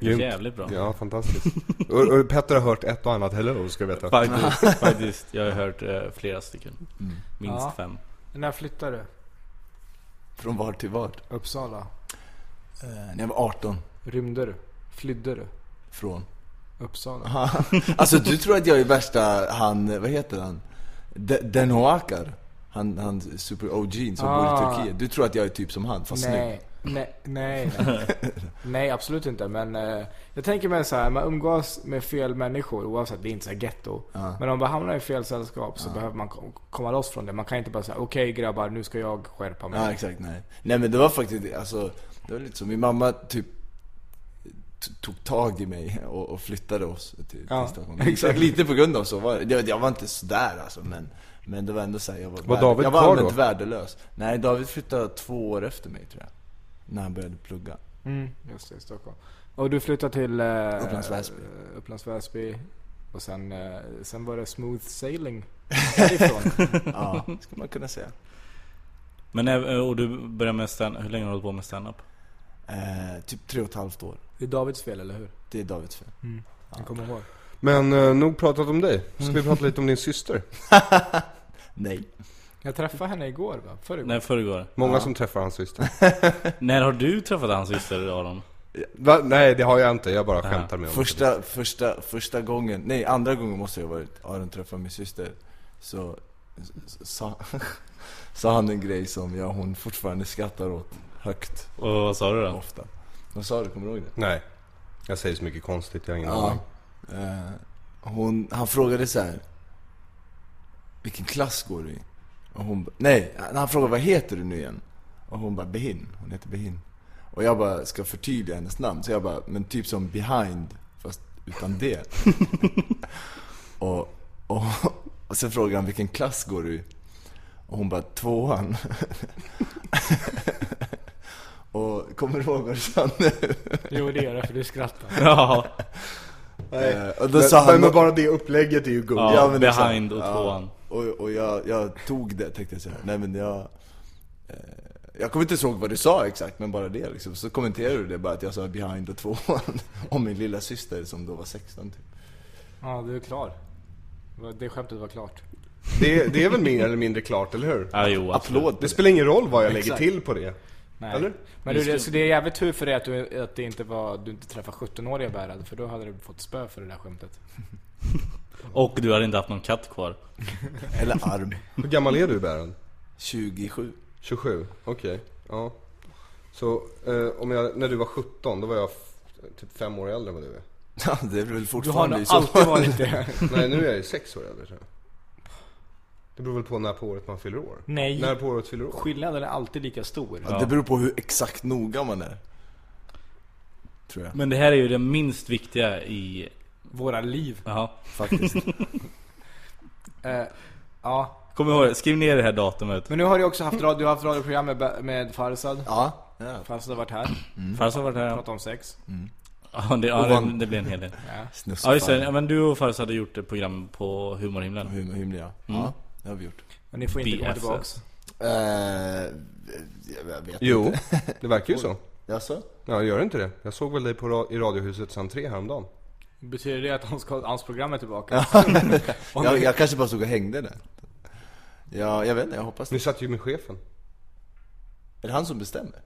[SPEAKER 4] Grymt.
[SPEAKER 1] Jävligt bra.
[SPEAKER 4] Ja, <laughs> fantastiskt. och, och Petter har hört ett och annat hello, ska du veta.
[SPEAKER 1] Faktiskt, faktiskt. Jag har hört eh, flera stycken. Minst
[SPEAKER 2] Ja.
[SPEAKER 1] fem.
[SPEAKER 2] När flyttade du?
[SPEAKER 3] Från var till var?
[SPEAKER 2] Uppsala.
[SPEAKER 3] Eh, när jag var 18.
[SPEAKER 2] Rymde du? Flydde du?
[SPEAKER 3] Från?
[SPEAKER 2] Uppsala.
[SPEAKER 3] Aha. Alltså du tror att jag är värsta, han, eh, vad heter han? De- Den Hoakar. Han, han super OG som bor
[SPEAKER 2] Ah.
[SPEAKER 3] i Turkiet. Du tror att jag är typ som han, fast snygg.
[SPEAKER 2] nej, nej, nej, nej. <laughs> nej, absolut inte. Men eh, jag tänker mig så här, man umgås med fel människor oavsett, det är inte så här getto. Men om man hamnar i fel sällskap så behöver man kom- komma loss från det. Man kan inte bara säga okej grabbar, nu ska jag skärpa mig.
[SPEAKER 3] Ja exakt, nej. Nej men det var faktiskt, alltså, det var lite så. Min mamma typ t- tog tag i mig och, och flyttade oss till,
[SPEAKER 2] Ja,
[SPEAKER 3] till Stockholm. Exakt. Lite på grund av så var det. Jag, jag var inte sådär alltså men, men det var ändå såhär, jag var,
[SPEAKER 4] Var David
[SPEAKER 3] jag var
[SPEAKER 4] kvar
[SPEAKER 3] allmänt
[SPEAKER 4] då?
[SPEAKER 3] värdelös. Nej, David flyttade två år efter mig tror jag. När han började plugga.
[SPEAKER 2] Mm, just det, Stockholm. Och du flyttade till eh,
[SPEAKER 3] Upplands Väsby.
[SPEAKER 2] eh, Upplands Väsby. Och sen, eh, sen var det smooth
[SPEAKER 3] <laughs>
[SPEAKER 2] sailing därifrån.
[SPEAKER 3] Ja, skulle man kunna säga.
[SPEAKER 1] Men eh, och du började med stand Hur länge har du hållit på med stand-up?
[SPEAKER 3] Eh, typ tre och ett halvt år.
[SPEAKER 2] det är Davids fel, eller hur?
[SPEAKER 3] Det är Davids fel. <laughs>
[SPEAKER 2] Jag kommer ihåg.
[SPEAKER 4] Men eh, nog pratat om dig. Ska vi prata lite om din syster?
[SPEAKER 3] Nej.
[SPEAKER 2] Jag träffade henne igår va? Förrgår.
[SPEAKER 1] Nej, förrgår.
[SPEAKER 4] Många som träffar hans syster.
[SPEAKER 1] När har du träffat hans syster Aron?
[SPEAKER 4] Va? Nej, det har jag inte. Jag bara skämtar med honom.
[SPEAKER 3] Första, första, första gången, nej andra gången måste det ha varit, Aron träffade min syster. Så s- sa, <laughs> sa han en grej som jag och hon fortfarande skrattar åt högt,
[SPEAKER 1] Och vad sa du då?
[SPEAKER 3] ofta. Vad sa du, kommer du ihåg det?
[SPEAKER 4] Nej. Jag säger så mycket konstigt, jag har ingen
[SPEAKER 3] Ja.
[SPEAKER 4] aning.
[SPEAKER 3] Eh, hon, han frågade så här. Vilken klass går du i? Och hon ba- nej, han frågade vad heter du nu igen? Och hon bara Behin, hon heter Behin. Och jag bara ska förtydliga hennes namn, så jag bara, men typ som behind, fast utan det. <laughs> och, och, och sen frågade han vilken klass går du i? Och hon bara tvåan. <laughs> och kommer du ihåg vad du sa nu?
[SPEAKER 2] Jo det gör jag för du skrattar.
[SPEAKER 1] <laughs> Ja,
[SPEAKER 3] Eh, och då sa han,
[SPEAKER 4] bara det upplägget är ju guld.
[SPEAKER 1] ja,
[SPEAKER 3] Ja, men det är
[SPEAKER 1] behind och
[SPEAKER 3] sant. Ja.
[SPEAKER 1] tvåan.
[SPEAKER 3] Och, och jag, jag tog det tänkte jag säga. Nej men jag... eh, Jag kommer inte ihåg vad du sa exakt, men bara det liksom. Så kommenterade du det bara att jag sa behind och tvåan. <laughs> Om min lilla syster som då var 16 typ.
[SPEAKER 2] Ja, du är klar. Va- Det skämtet var klart.
[SPEAKER 4] Det, det är väl mer eller mindre klart, eller hur?
[SPEAKER 1] Ja, jo, absolut.
[SPEAKER 3] Applåd!
[SPEAKER 4] Det spelar ingen roll vad jag lägger
[SPEAKER 3] Exakt.
[SPEAKER 4] till på det.
[SPEAKER 2] Nej.
[SPEAKER 4] Eller?
[SPEAKER 2] Men du, det, så det är jävligt tur för dig att du, att det inte var, du inte träffade 17-åriga Berhad. För då hade du fått spö för det där skämtet.
[SPEAKER 1] Och du hade inte haft någon katt kvar.
[SPEAKER 3] Eller arm.
[SPEAKER 4] Hur gammal är du, Bären?
[SPEAKER 3] 27.
[SPEAKER 4] 27? Okej, ja. Så eh, om jag, när du var 17, då var jag f- typ fem år äldre än vad
[SPEAKER 3] <laughs>
[SPEAKER 4] du är.
[SPEAKER 3] Ja, det är väl
[SPEAKER 2] Du har
[SPEAKER 3] fortfarande
[SPEAKER 2] nog
[SPEAKER 3] i så
[SPEAKER 2] alltid
[SPEAKER 3] fall.
[SPEAKER 2] varit det.
[SPEAKER 4] Nej, nu är jag ju sex år äldre tror jag. Det beror väl på när på året man fyller år?
[SPEAKER 2] <laughs> Nej.
[SPEAKER 4] När på året fyller år?
[SPEAKER 2] Skillnaden är alltid lika stor.
[SPEAKER 3] Ja, det beror på hur exakt noga man är. Tror jag,
[SPEAKER 1] Men det här är ju det minst viktiga i...
[SPEAKER 2] Våra liv.
[SPEAKER 1] Jaha.
[SPEAKER 3] faktiskt.
[SPEAKER 2] <laughs> Eh, ja.
[SPEAKER 1] Kom ihåg det, skriv ner det här datumet.
[SPEAKER 2] Men nu har du också haft, radio, du har haft radioprogram med, Be- med Farzad.
[SPEAKER 3] Ja. ja.
[SPEAKER 2] Farzad har varit här.
[SPEAKER 1] Farzad har varit här.
[SPEAKER 2] Pratat om sex.
[SPEAKER 1] Ja, det, ja, det, det blir en hel del. Ja just det, ja, men du och Farzad hade gjort ett program på humorhimlen.
[SPEAKER 3] Hur, hur blir jag?
[SPEAKER 1] Mm.
[SPEAKER 3] Ja, det har vi gjort.
[SPEAKER 2] Men ni får inte komma
[SPEAKER 1] BFF.
[SPEAKER 2] tillbaks.
[SPEAKER 3] Eh, jag jag vet
[SPEAKER 4] Jo, det verkar <laughs> ju så.
[SPEAKER 3] inte. Jaså?
[SPEAKER 4] Ja, gör inte det? Jag såg väl dig på ra- i Radiohuset sen tre häromdagen.
[SPEAKER 2] Betyder det att hans, hans program är tillbaka?
[SPEAKER 3] <laughs>
[SPEAKER 2] Om
[SPEAKER 3] Jag,
[SPEAKER 2] ni-
[SPEAKER 3] jag kanske bara stod och hängde där. Ja, jag vet inte, jag hoppas det.
[SPEAKER 4] Ni satt ju med chefen.
[SPEAKER 3] Är det han som bestämmer?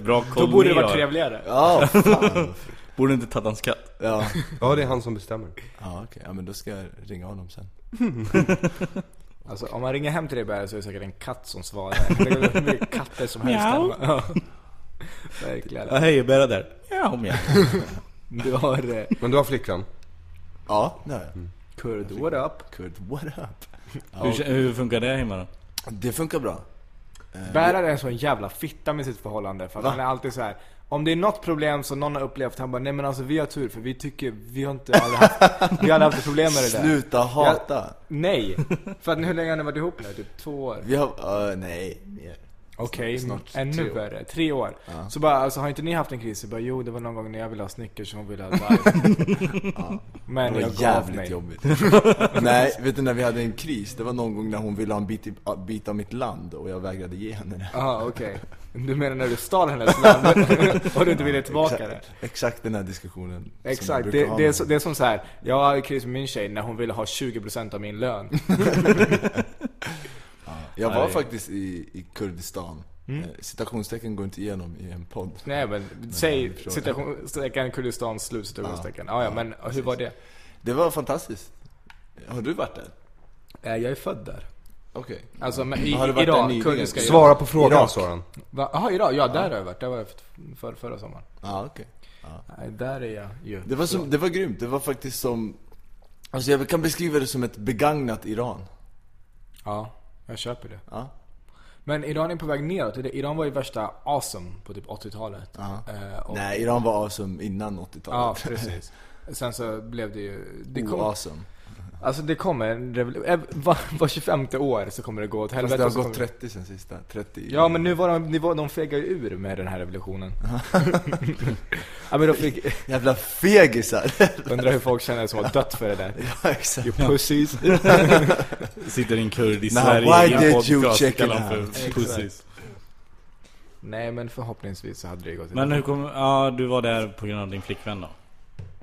[SPEAKER 1] Bra koll
[SPEAKER 2] Då <laughs> borde
[SPEAKER 1] ni
[SPEAKER 2] det varit
[SPEAKER 1] har.
[SPEAKER 2] trevligare.
[SPEAKER 3] Ja, fan.
[SPEAKER 1] Borde inte tagit hans katt.
[SPEAKER 3] Ja,
[SPEAKER 4] Ja, det är han som bestämmer.
[SPEAKER 3] ja okej. Ja men då ska jag ringa honom sen.
[SPEAKER 2] Alltså om man ringer hem till dig Berra så är det säkert en katt som svarar. Det är väl katter som helst hemma. Ja.
[SPEAKER 1] Ja,
[SPEAKER 2] Verkligen.
[SPEAKER 1] hej, Berra där. Ja, om <laughs> jag.
[SPEAKER 2] Du har eh,
[SPEAKER 4] Men du har flickan?
[SPEAKER 3] Ja, Mm. nej.
[SPEAKER 2] kurd, what up?
[SPEAKER 3] Kurt, what up?
[SPEAKER 1] Hur, hur funkar det hemma då?
[SPEAKER 3] Det funkar bra.
[SPEAKER 2] Bärar är en sån jävla fitta med sitt förhållande. För att
[SPEAKER 3] Va?
[SPEAKER 2] han är alltid så här. Om det är något problem som någon har upplevt, han bara nej men alltså vi har tur för vi tycker, vi har inte aldrig haft, vi har aldrig haft problem med det där.
[SPEAKER 3] Sluta hata.
[SPEAKER 2] Nej! För att hur länge har ni varit ihop nu? Typ två år?
[SPEAKER 3] Vi har, uh, nej. mer.
[SPEAKER 2] Okej,
[SPEAKER 3] snart tre
[SPEAKER 2] ännu
[SPEAKER 3] år.
[SPEAKER 2] värre. Tre år. Så bara, alltså har inte ni haft en kris? Jag bara, jo det var någon gång när jag ville ha Snickers och hon
[SPEAKER 3] <laughs>
[SPEAKER 2] ville ha Live. Men
[SPEAKER 3] Det
[SPEAKER 2] jag
[SPEAKER 3] var
[SPEAKER 2] gav
[SPEAKER 3] jävligt
[SPEAKER 2] mig.
[SPEAKER 3] jobbigt. <laughs> Nej, vet du när vi hade en kris? Det var någon gång när hon ville ha en bit, i, a- bit av mitt land och jag vägrade ge henne det.
[SPEAKER 2] Jaha, Ah, okej. Du menar när du stal hennes
[SPEAKER 3] <laughs>
[SPEAKER 2] land och du inte ville tillbaka det?
[SPEAKER 3] Exakt, exakt den här diskussionen. som vi
[SPEAKER 2] Exakt,
[SPEAKER 3] brukar
[SPEAKER 2] det,
[SPEAKER 3] ha
[SPEAKER 2] det, är
[SPEAKER 3] med
[SPEAKER 2] så, det är som så här. jag hade kris med min tjej när hon ville ha 20% av min
[SPEAKER 3] <laughs>
[SPEAKER 2] lön.
[SPEAKER 3] Jag var
[SPEAKER 1] Nej.
[SPEAKER 3] faktiskt i, i Kurdistan. Mm. Citationstecken går inte igenom i en podd.
[SPEAKER 2] Nej men,
[SPEAKER 3] jag
[SPEAKER 2] säg
[SPEAKER 3] förstår.
[SPEAKER 2] citationstecken Kurdistan, slut citationstecken. Ja, ja, men hur var det?
[SPEAKER 3] Det var fantastiskt. Har du varit där?
[SPEAKER 2] Eh, Jag är född där.
[SPEAKER 3] Okej.
[SPEAKER 2] Alltså men i,
[SPEAKER 3] Har du varit där
[SPEAKER 2] Irak,
[SPEAKER 3] nyligen?
[SPEAKER 2] kurdiska Irak.
[SPEAKER 4] Svara på frågan
[SPEAKER 3] Irak.
[SPEAKER 4] Soran.
[SPEAKER 2] Va? Jaha, idag? Ja, där har jag varit. Där var jag för, för, förra sommaren.
[SPEAKER 3] Ja, okej.
[SPEAKER 2] Nej, där är jag ju.
[SPEAKER 3] Det var, som, det var grymt, det var faktiskt som... Alltså jag kan beskriva det som ett begagnat Iran.
[SPEAKER 2] Ja, jag köper det.
[SPEAKER 3] Ja.
[SPEAKER 2] Men Iran är på väg neråt. Det- Iran var ju värsta awesome på typ 80-talet. Eh, och-
[SPEAKER 3] Nej, Iran var awesome innan 80-talet. <laughs>
[SPEAKER 2] Ja, precis. Sen så blev det ju... Det kom,
[SPEAKER 3] Awesome.
[SPEAKER 2] Alltså det kommer en revol- eh, <laughs> var, var 25 år så kommer det gå åt
[SPEAKER 3] Fast
[SPEAKER 2] helvete.
[SPEAKER 3] det har
[SPEAKER 2] så
[SPEAKER 3] gått
[SPEAKER 2] kommer-
[SPEAKER 3] 30 sen sista. 30
[SPEAKER 2] Ja men nu var de, de, var, de fegade ju ur med den här
[SPEAKER 3] <laughs>
[SPEAKER 2] revolutionen. ja men de fick, <laughs>
[SPEAKER 3] Jävla fegisar!
[SPEAKER 2] undrar hur folk känner som har dött för det där.
[SPEAKER 3] ja, exakt.
[SPEAKER 2] You pussies.
[SPEAKER 1] Sitter en kurd i
[SPEAKER 3] Now,
[SPEAKER 1] Sverige
[SPEAKER 3] why
[SPEAKER 1] i en
[SPEAKER 3] did
[SPEAKER 1] podcast
[SPEAKER 3] you
[SPEAKER 1] och
[SPEAKER 3] check
[SPEAKER 1] kallar
[SPEAKER 3] it
[SPEAKER 1] honom för
[SPEAKER 2] out?
[SPEAKER 1] pussies.
[SPEAKER 2] Nej men förhoppningsvis så hade det gått
[SPEAKER 1] Men hur kommer, ja du var där på grund av din flickvän då?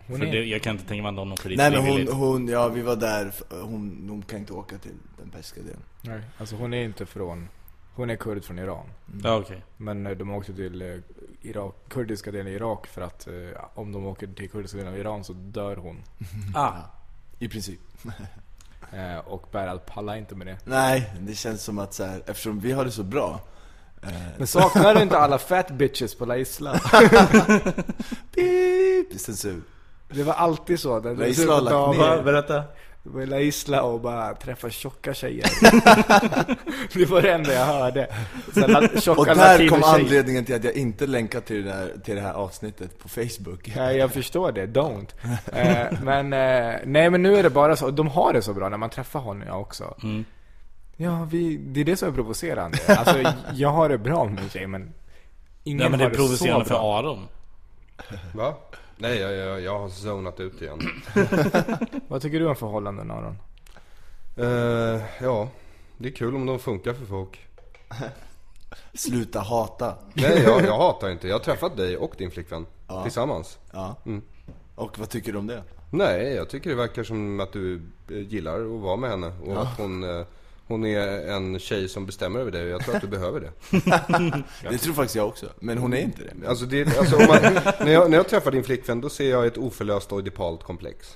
[SPEAKER 2] Hon
[SPEAKER 1] För
[SPEAKER 2] är-
[SPEAKER 1] det, jag kan inte tänka mig att någon åker dit
[SPEAKER 3] Nej men hon,
[SPEAKER 1] frivilligt.
[SPEAKER 3] hon, ja vi var där, f- hon, hon kan inte åka till den persiska delen.
[SPEAKER 2] Nej, alltså hon är inte från... Hon är kurd från Iran.
[SPEAKER 1] Ja okej.
[SPEAKER 2] Men eh, de åkte till eh, Irak, kurdiska delen i Irak för att eh, om de åker till kurdiska delen av Iran så dör hon.
[SPEAKER 1] Ah,
[SPEAKER 3] I princip.
[SPEAKER 2] Eh, och Beral pallar inte med det.
[SPEAKER 3] Nej, det känns som att så här, eftersom vi har det så bra.
[SPEAKER 2] Men saknar du inte alla fat bitches på La Isla?
[SPEAKER 3] <laughs> Beep, censur.
[SPEAKER 2] Det var alltid så. Den,
[SPEAKER 3] La Isla har lagt ner.
[SPEAKER 1] va, berätta.
[SPEAKER 2] Det var La Isla och bara träffa tjocka
[SPEAKER 3] <laughs>
[SPEAKER 2] tjejer. det var det enda jag hörde. Så här, la- tjocka
[SPEAKER 3] Och där kom
[SPEAKER 2] latinotjejer.
[SPEAKER 3] anledningen till att jag inte länkade till det här, till det här avsnittet på Facebook.
[SPEAKER 2] Nej, jag förstår det. Don't. Eh, men, eh, nej men nu är det bara så. De har det så bra när man träffar honom ja, också.
[SPEAKER 3] Mm.
[SPEAKER 2] Ja, vi, det är det som är
[SPEAKER 3] <laughs>
[SPEAKER 2] provocerande. Alltså, jag har det bra med min tjej men ingen
[SPEAKER 1] Nej men det är
[SPEAKER 2] har det så
[SPEAKER 1] provocerande
[SPEAKER 2] bra.
[SPEAKER 1] för Aron.
[SPEAKER 4] Va? Nej, jag, jag, jag har zonat ut igen.
[SPEAKER 2] Vad tycker du om förhållanden Aron?
[SPEAKER 4] Eh, ja, det är kul om de funkar för folk.
[SPEAKER 3] Sluta hata.
[SPEAKER 4] Nej, jag, jag hatar inte. Jag har träffat dig och din flickvän tillsammans.
[SPEAKER 3] Ja. Och vad tycker du om det?
[SPEAKER 4] Nej, jag tycker det verkar som att du eh, gillar att vara med henne och att hon, eh, hon är en tjej som bestämmer över dig och jag tror <laughs> att du behöver det.
[SPEAKER 3] Det tror faktiskt jag också, men hon är inte det.
[SPEAKER 4] Alltså, det, alltså om man, när, jag, när jag träffar din flickvän då ser jag ett oförlöst oidipalt komplex.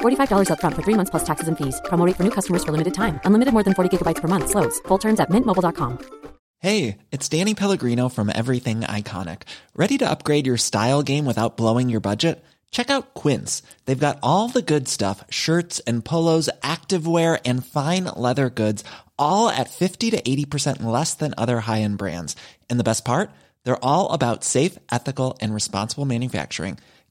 [SPEAKER 5] $45 upfront for three months plus taxes and fees. Promo rate for new customers for limited time. Unlimited more than 40 gigabytes per month. Slows. Full terms at mintmobile.com.
[SPEAKER 6] Hey, it's Danny Pellegrino from Everything Iconic. Ready to upgrade your style game without blowing your budget? Check out Quince. They've got all the good stuff shirts and polos, activewear, and fine leather goods, all at 50 to 80% less than other high end brands. And the best part? They're all about safe, ethical, and responsible manufacturing.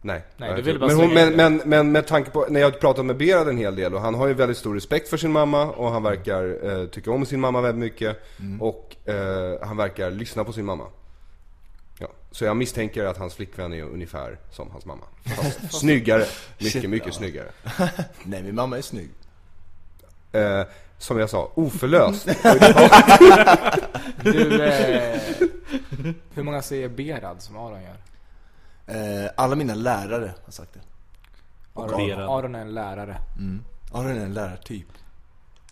[SPEAKER 4] Nej.
[SPEAKER 2] Nej,
[SPEAKER 4] jag
[SPEAKER 2] du
[SPEAKER 4] tror-
[SPEAKER 2] ville bara
[SPEAKER 4] men, hon,
[SPEAKER 2] slänga
[SPEAKER 4] men,
[SPEAKER 2] in
[SPEAKER 4] men, men med tanke på, när jag har pratat med Berad en hel del och han har ju väldigt stor respekt för sin mamma och han verkar eh, tycka om sin mamma väldigt mycket. Och eh, han verkar lyssna på sin mamma. Ja. Så jag misstänker att hans flickvän är ungefär som hans mamma. Fast snyggare. Mycket,
[SPEAKER 3] Shit,
[SPEAKER 4] mycket
[SPEAKER 3] ja.
[SPEAKER 4] snyggare.
[SPEAKER 3] Nej min mamma är snygg.
[SPEAKER 4] Eh, som jag sa, oförlöst.
[SPEAKER 2] Du, eh, hur många säger Berad som Aron gör?
[SPEAKER 3] Eh, alla mina lärare har sagt det.
[SPEAKER 2] Aron,
[SPEAKER 1] Berad.
[SPEAKER 2] Aron är en lärare.
[SPEAKER 3] Aron är en lärartyp.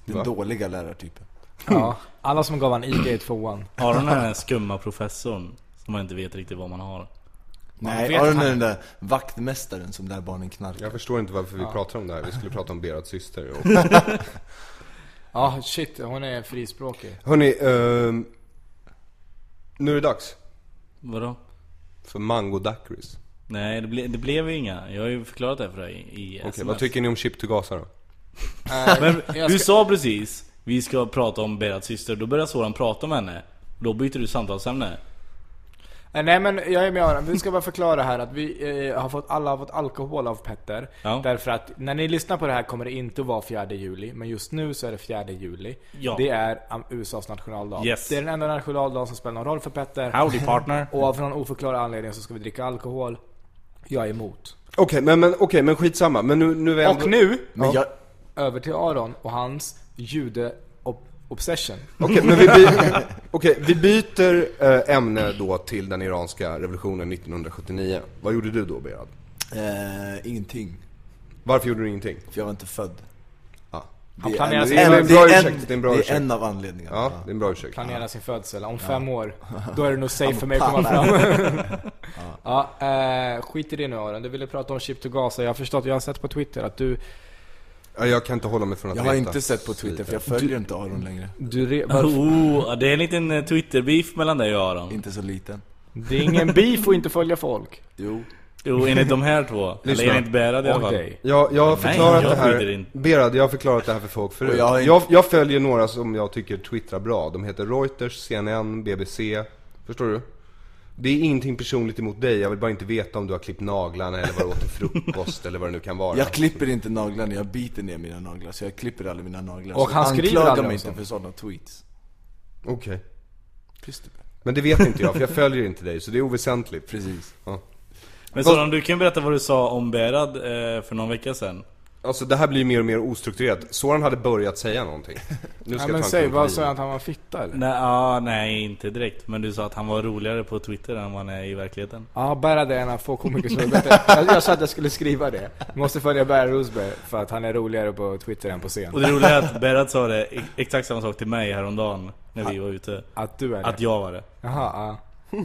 [SPEAKER 3] Den
[SPEAKER 4] Va?
[SPEAKER 3] dåliga lärartypen.
[SPEAKER 2] Ja, alla som gav han IG i tvåan.
[SPEAKER 1] Aron är
[SPEAKER 2] <laughs>
[SPEAKER 1] den skumma professorn som man inte vet riktigt vad man har.
[SPEAKER 3] Nej,
[SPEAKER 2] vet
[SPEAKER 3] Aron
[SPEAKER 2] han-
[SPEAKER 3] är den där vaktmästaren som lär barnen knarka.
[SPEAKER 4] Jag förstår inte varför vi pratar om det här. Vi skulle prata om Berads syster. Och...
[SPEAKER 2] Ja, shit, hon är frispråkig.
[SPEAKER 4] Hörni, ehm, nu är det dags
[SPEAKER 1] Vadå?
[SPEAKER 4] för Mango Daiquiris.
[SPEAKER 1] Nej det, ble, det blev ju inga. Jag har ju förklarat det här för dig i
[SPEAKER 4] Okej,
[SPEAKER 1] sms.
[SPEAKER 4] vad tycker ni om Chip Tugasa då?
[SPEAKER 1] Men
[SPEAKER 2] Eh, Jag
[SPEAKER 1] du
[SPEAKER 2] ska-
[SPEAKER 1] sa precis vi ska prata om Berats syster. Då började Soran prata om henne. Då byter du samtalsämne.
[SPEAKER 2] Eh, Nej men jag är med Aron. Vi ska bara förklara här att vi eh, har fått, alla har fått alkohol av Petter.
[SPEAKER 1] Ja.
[SPEAKER 2] Därför att när ni lyssnar på det här kommer det inte att vara 4 juli. Men just nu så är det 4 juli.
[SPEAKER 1] Ja.
[SPEAKER 2] Det är um, am- USAs nationaldag.
[SPEAKER 1] Yes.
[SPEAKER 2] Det är den enda nationaldagen som spelar någon roll för Petter.
[SPEAKER 1] Howdy <laughs> partner.
[SPEAKER 2] Och av någon oförklarlig anledning så ska vi dricka alkohol. Jag är emot.
[SPEAKER 4] Okej, men, men, okej, men skitsamma. Men nu, nu är jag
[SPEAKER 2] Och nu,
[SPEAKER 3] Men jag,
[SPEAKER 2] över till Aron och hans jude-obsession.
[SPEAKER 4] Okej, men vi, by- <laughs> okej, vi byter eh, ämne då till den iranska revolutionen 1979. Vad gjorde du då Berad?
[SPEAKER 3] eh, ingenting.
[SPEAKER 4] Varför gjorde du ingenting?
[SPEAKER 3] För jag var inte född.
[SPEAKER 4] Ja,
[SPEAKER 2] Han
[SPEAKER 3] Det är
[SPEAKER 2] planerar
[SPEAKER 3] en-
[SPEAKER 2] sin,
[SPEAKER 4] det är en
[SPEAKER 3] det
[SPEAKER 4] bra
[SPEAKER 3] är
[SPEAKER 4] ursäkt, det är en bra
[SPEAKER 3] det
[SPEAKER 4] ursäkt.
[SPEAKER 3] är en av anledningarna.
[SPEAKER 4] ja det är en bra ursäkt.
[SPEAKER 2] planerar sin födsel. Om fem år, då är det nog safe för mig att
[SPEAKER 3] Fan,
[SPEAKER 2] komma fram. ja, eh, skit i det nu Aron. Du ville prata om Chip to Gaza. Jag har förstått, jag har sett på Twitter att du...
[SPEAKER 4] Ja, Jag kan inte hålla mig från att
[SPEAKER 3] Jag har
[SPEAKER 4] reta.
[SPEAKER 3] inte sett på Twitter för jag följer inte Aron längre.
[SPEAKER 2] du re- varför-
[SPEAKER 1] Oh, det är en liten eh, twitterbeef mellan dig och Aron.
[SPEAKER 3] Inte så liten.
[SPEAKER 2] det är ingen beef att inte följa folk.
[SPEAKER 3] Jo.
[SPEAKER 1] Jo enligt de här <laughs> två. Eller
[SPEAKER 4] Lyssna.
[SPEAKER 1] enligt Berad i alla
[SPEAKER 2] Och
[SPEAKER 1] fall.
[SPEAKER 2] dig.
[SPEAKER 4] Jag, jag har förklarat
[SPEAKER 1] jag
[SPEAKER 4] det
[SPEAKER 1] skiter
[SPEAKER 4] här,
[SPEAKER 1] in.
[SPEAKER 4] Berad, jag har förklarat det här för folk förut.
[SPEAKER 3] Och jag har
[SPEAKER 4] Jag,
[SPEAKER 3] inte-
[SPEAKER 4] jag, följer några som jag tycker twittrar bra. De heter Reuters, CNN, BBC. Förstår du? Det är ingenting personligt emot dig, jag vill bara inte veta om du har klippt naglarna eller vad du åt till frukost eller vad det nu kan vara.
[SPEAKER 3] Jag klipper inte naglarna, jag biter ner mina naglar. Så jag klipper aldrig mina naglar.
[SPEAKER 2] Och
[SPEAKER 3] så
[SPEAKER 2] han skriver
[SPEAKER 3] Anklaga
[SPEAKER 2] aldrig
[SPEAKER 3] mig
[SPEAKER 2] också.
[SPEAKER 3] inte för sådana tweets.
[SPEAKER 4] Okej.
[SPEAKER 3] Christopher.
[SPEAKER 4] Men det vet inte jag, för jag följer inte dig, så det är oväsentligt.
[SPEAKER 3] Precis.
[SPEAKER 4] Ja.
[SPEAKER 1] Men Soran du kan berätta vad du sa om Berad eh, för någon vecka sedan.
[SPEAKER 4] Alltså det här blir mer och mer ostrukturerat. Soran hade börjat säga någonting. Nu
[SPEAKER 2] Ja,
[SPEAKER 4] jag
[SPEAKER 2] men
[SPEAKER 4] ta en
[SPEAKER 2] säg, vad
[SPEAKER 4] kompromiss.
[SPEAKER 2] sa jag att han var en fitta eller?
[SPEAKER 1] Nej, ah, nej inte direkt. Men du sa att han var roligare på Twitter än vad han är i verkligheten.
[SPEAKER 2] Ja, Berhad är en av få komiker som jag vet. Jag jag sa att jag skulle skriva det. Måste följa Berhad Rosberg för att han är roligare på Twitter än på
[SPEAKER 1] Och
[SPEAKER 2] scen.
[SPEAKER 1] det roliga är att Berat sa det e- exakt samma sak till mig häromdagen när vi var ute.
[SPEAKER 2] Att du är det.
[SPEAKER 1] Att jag var det.
[SPEAKER 2] Jaha, ja. <laughs>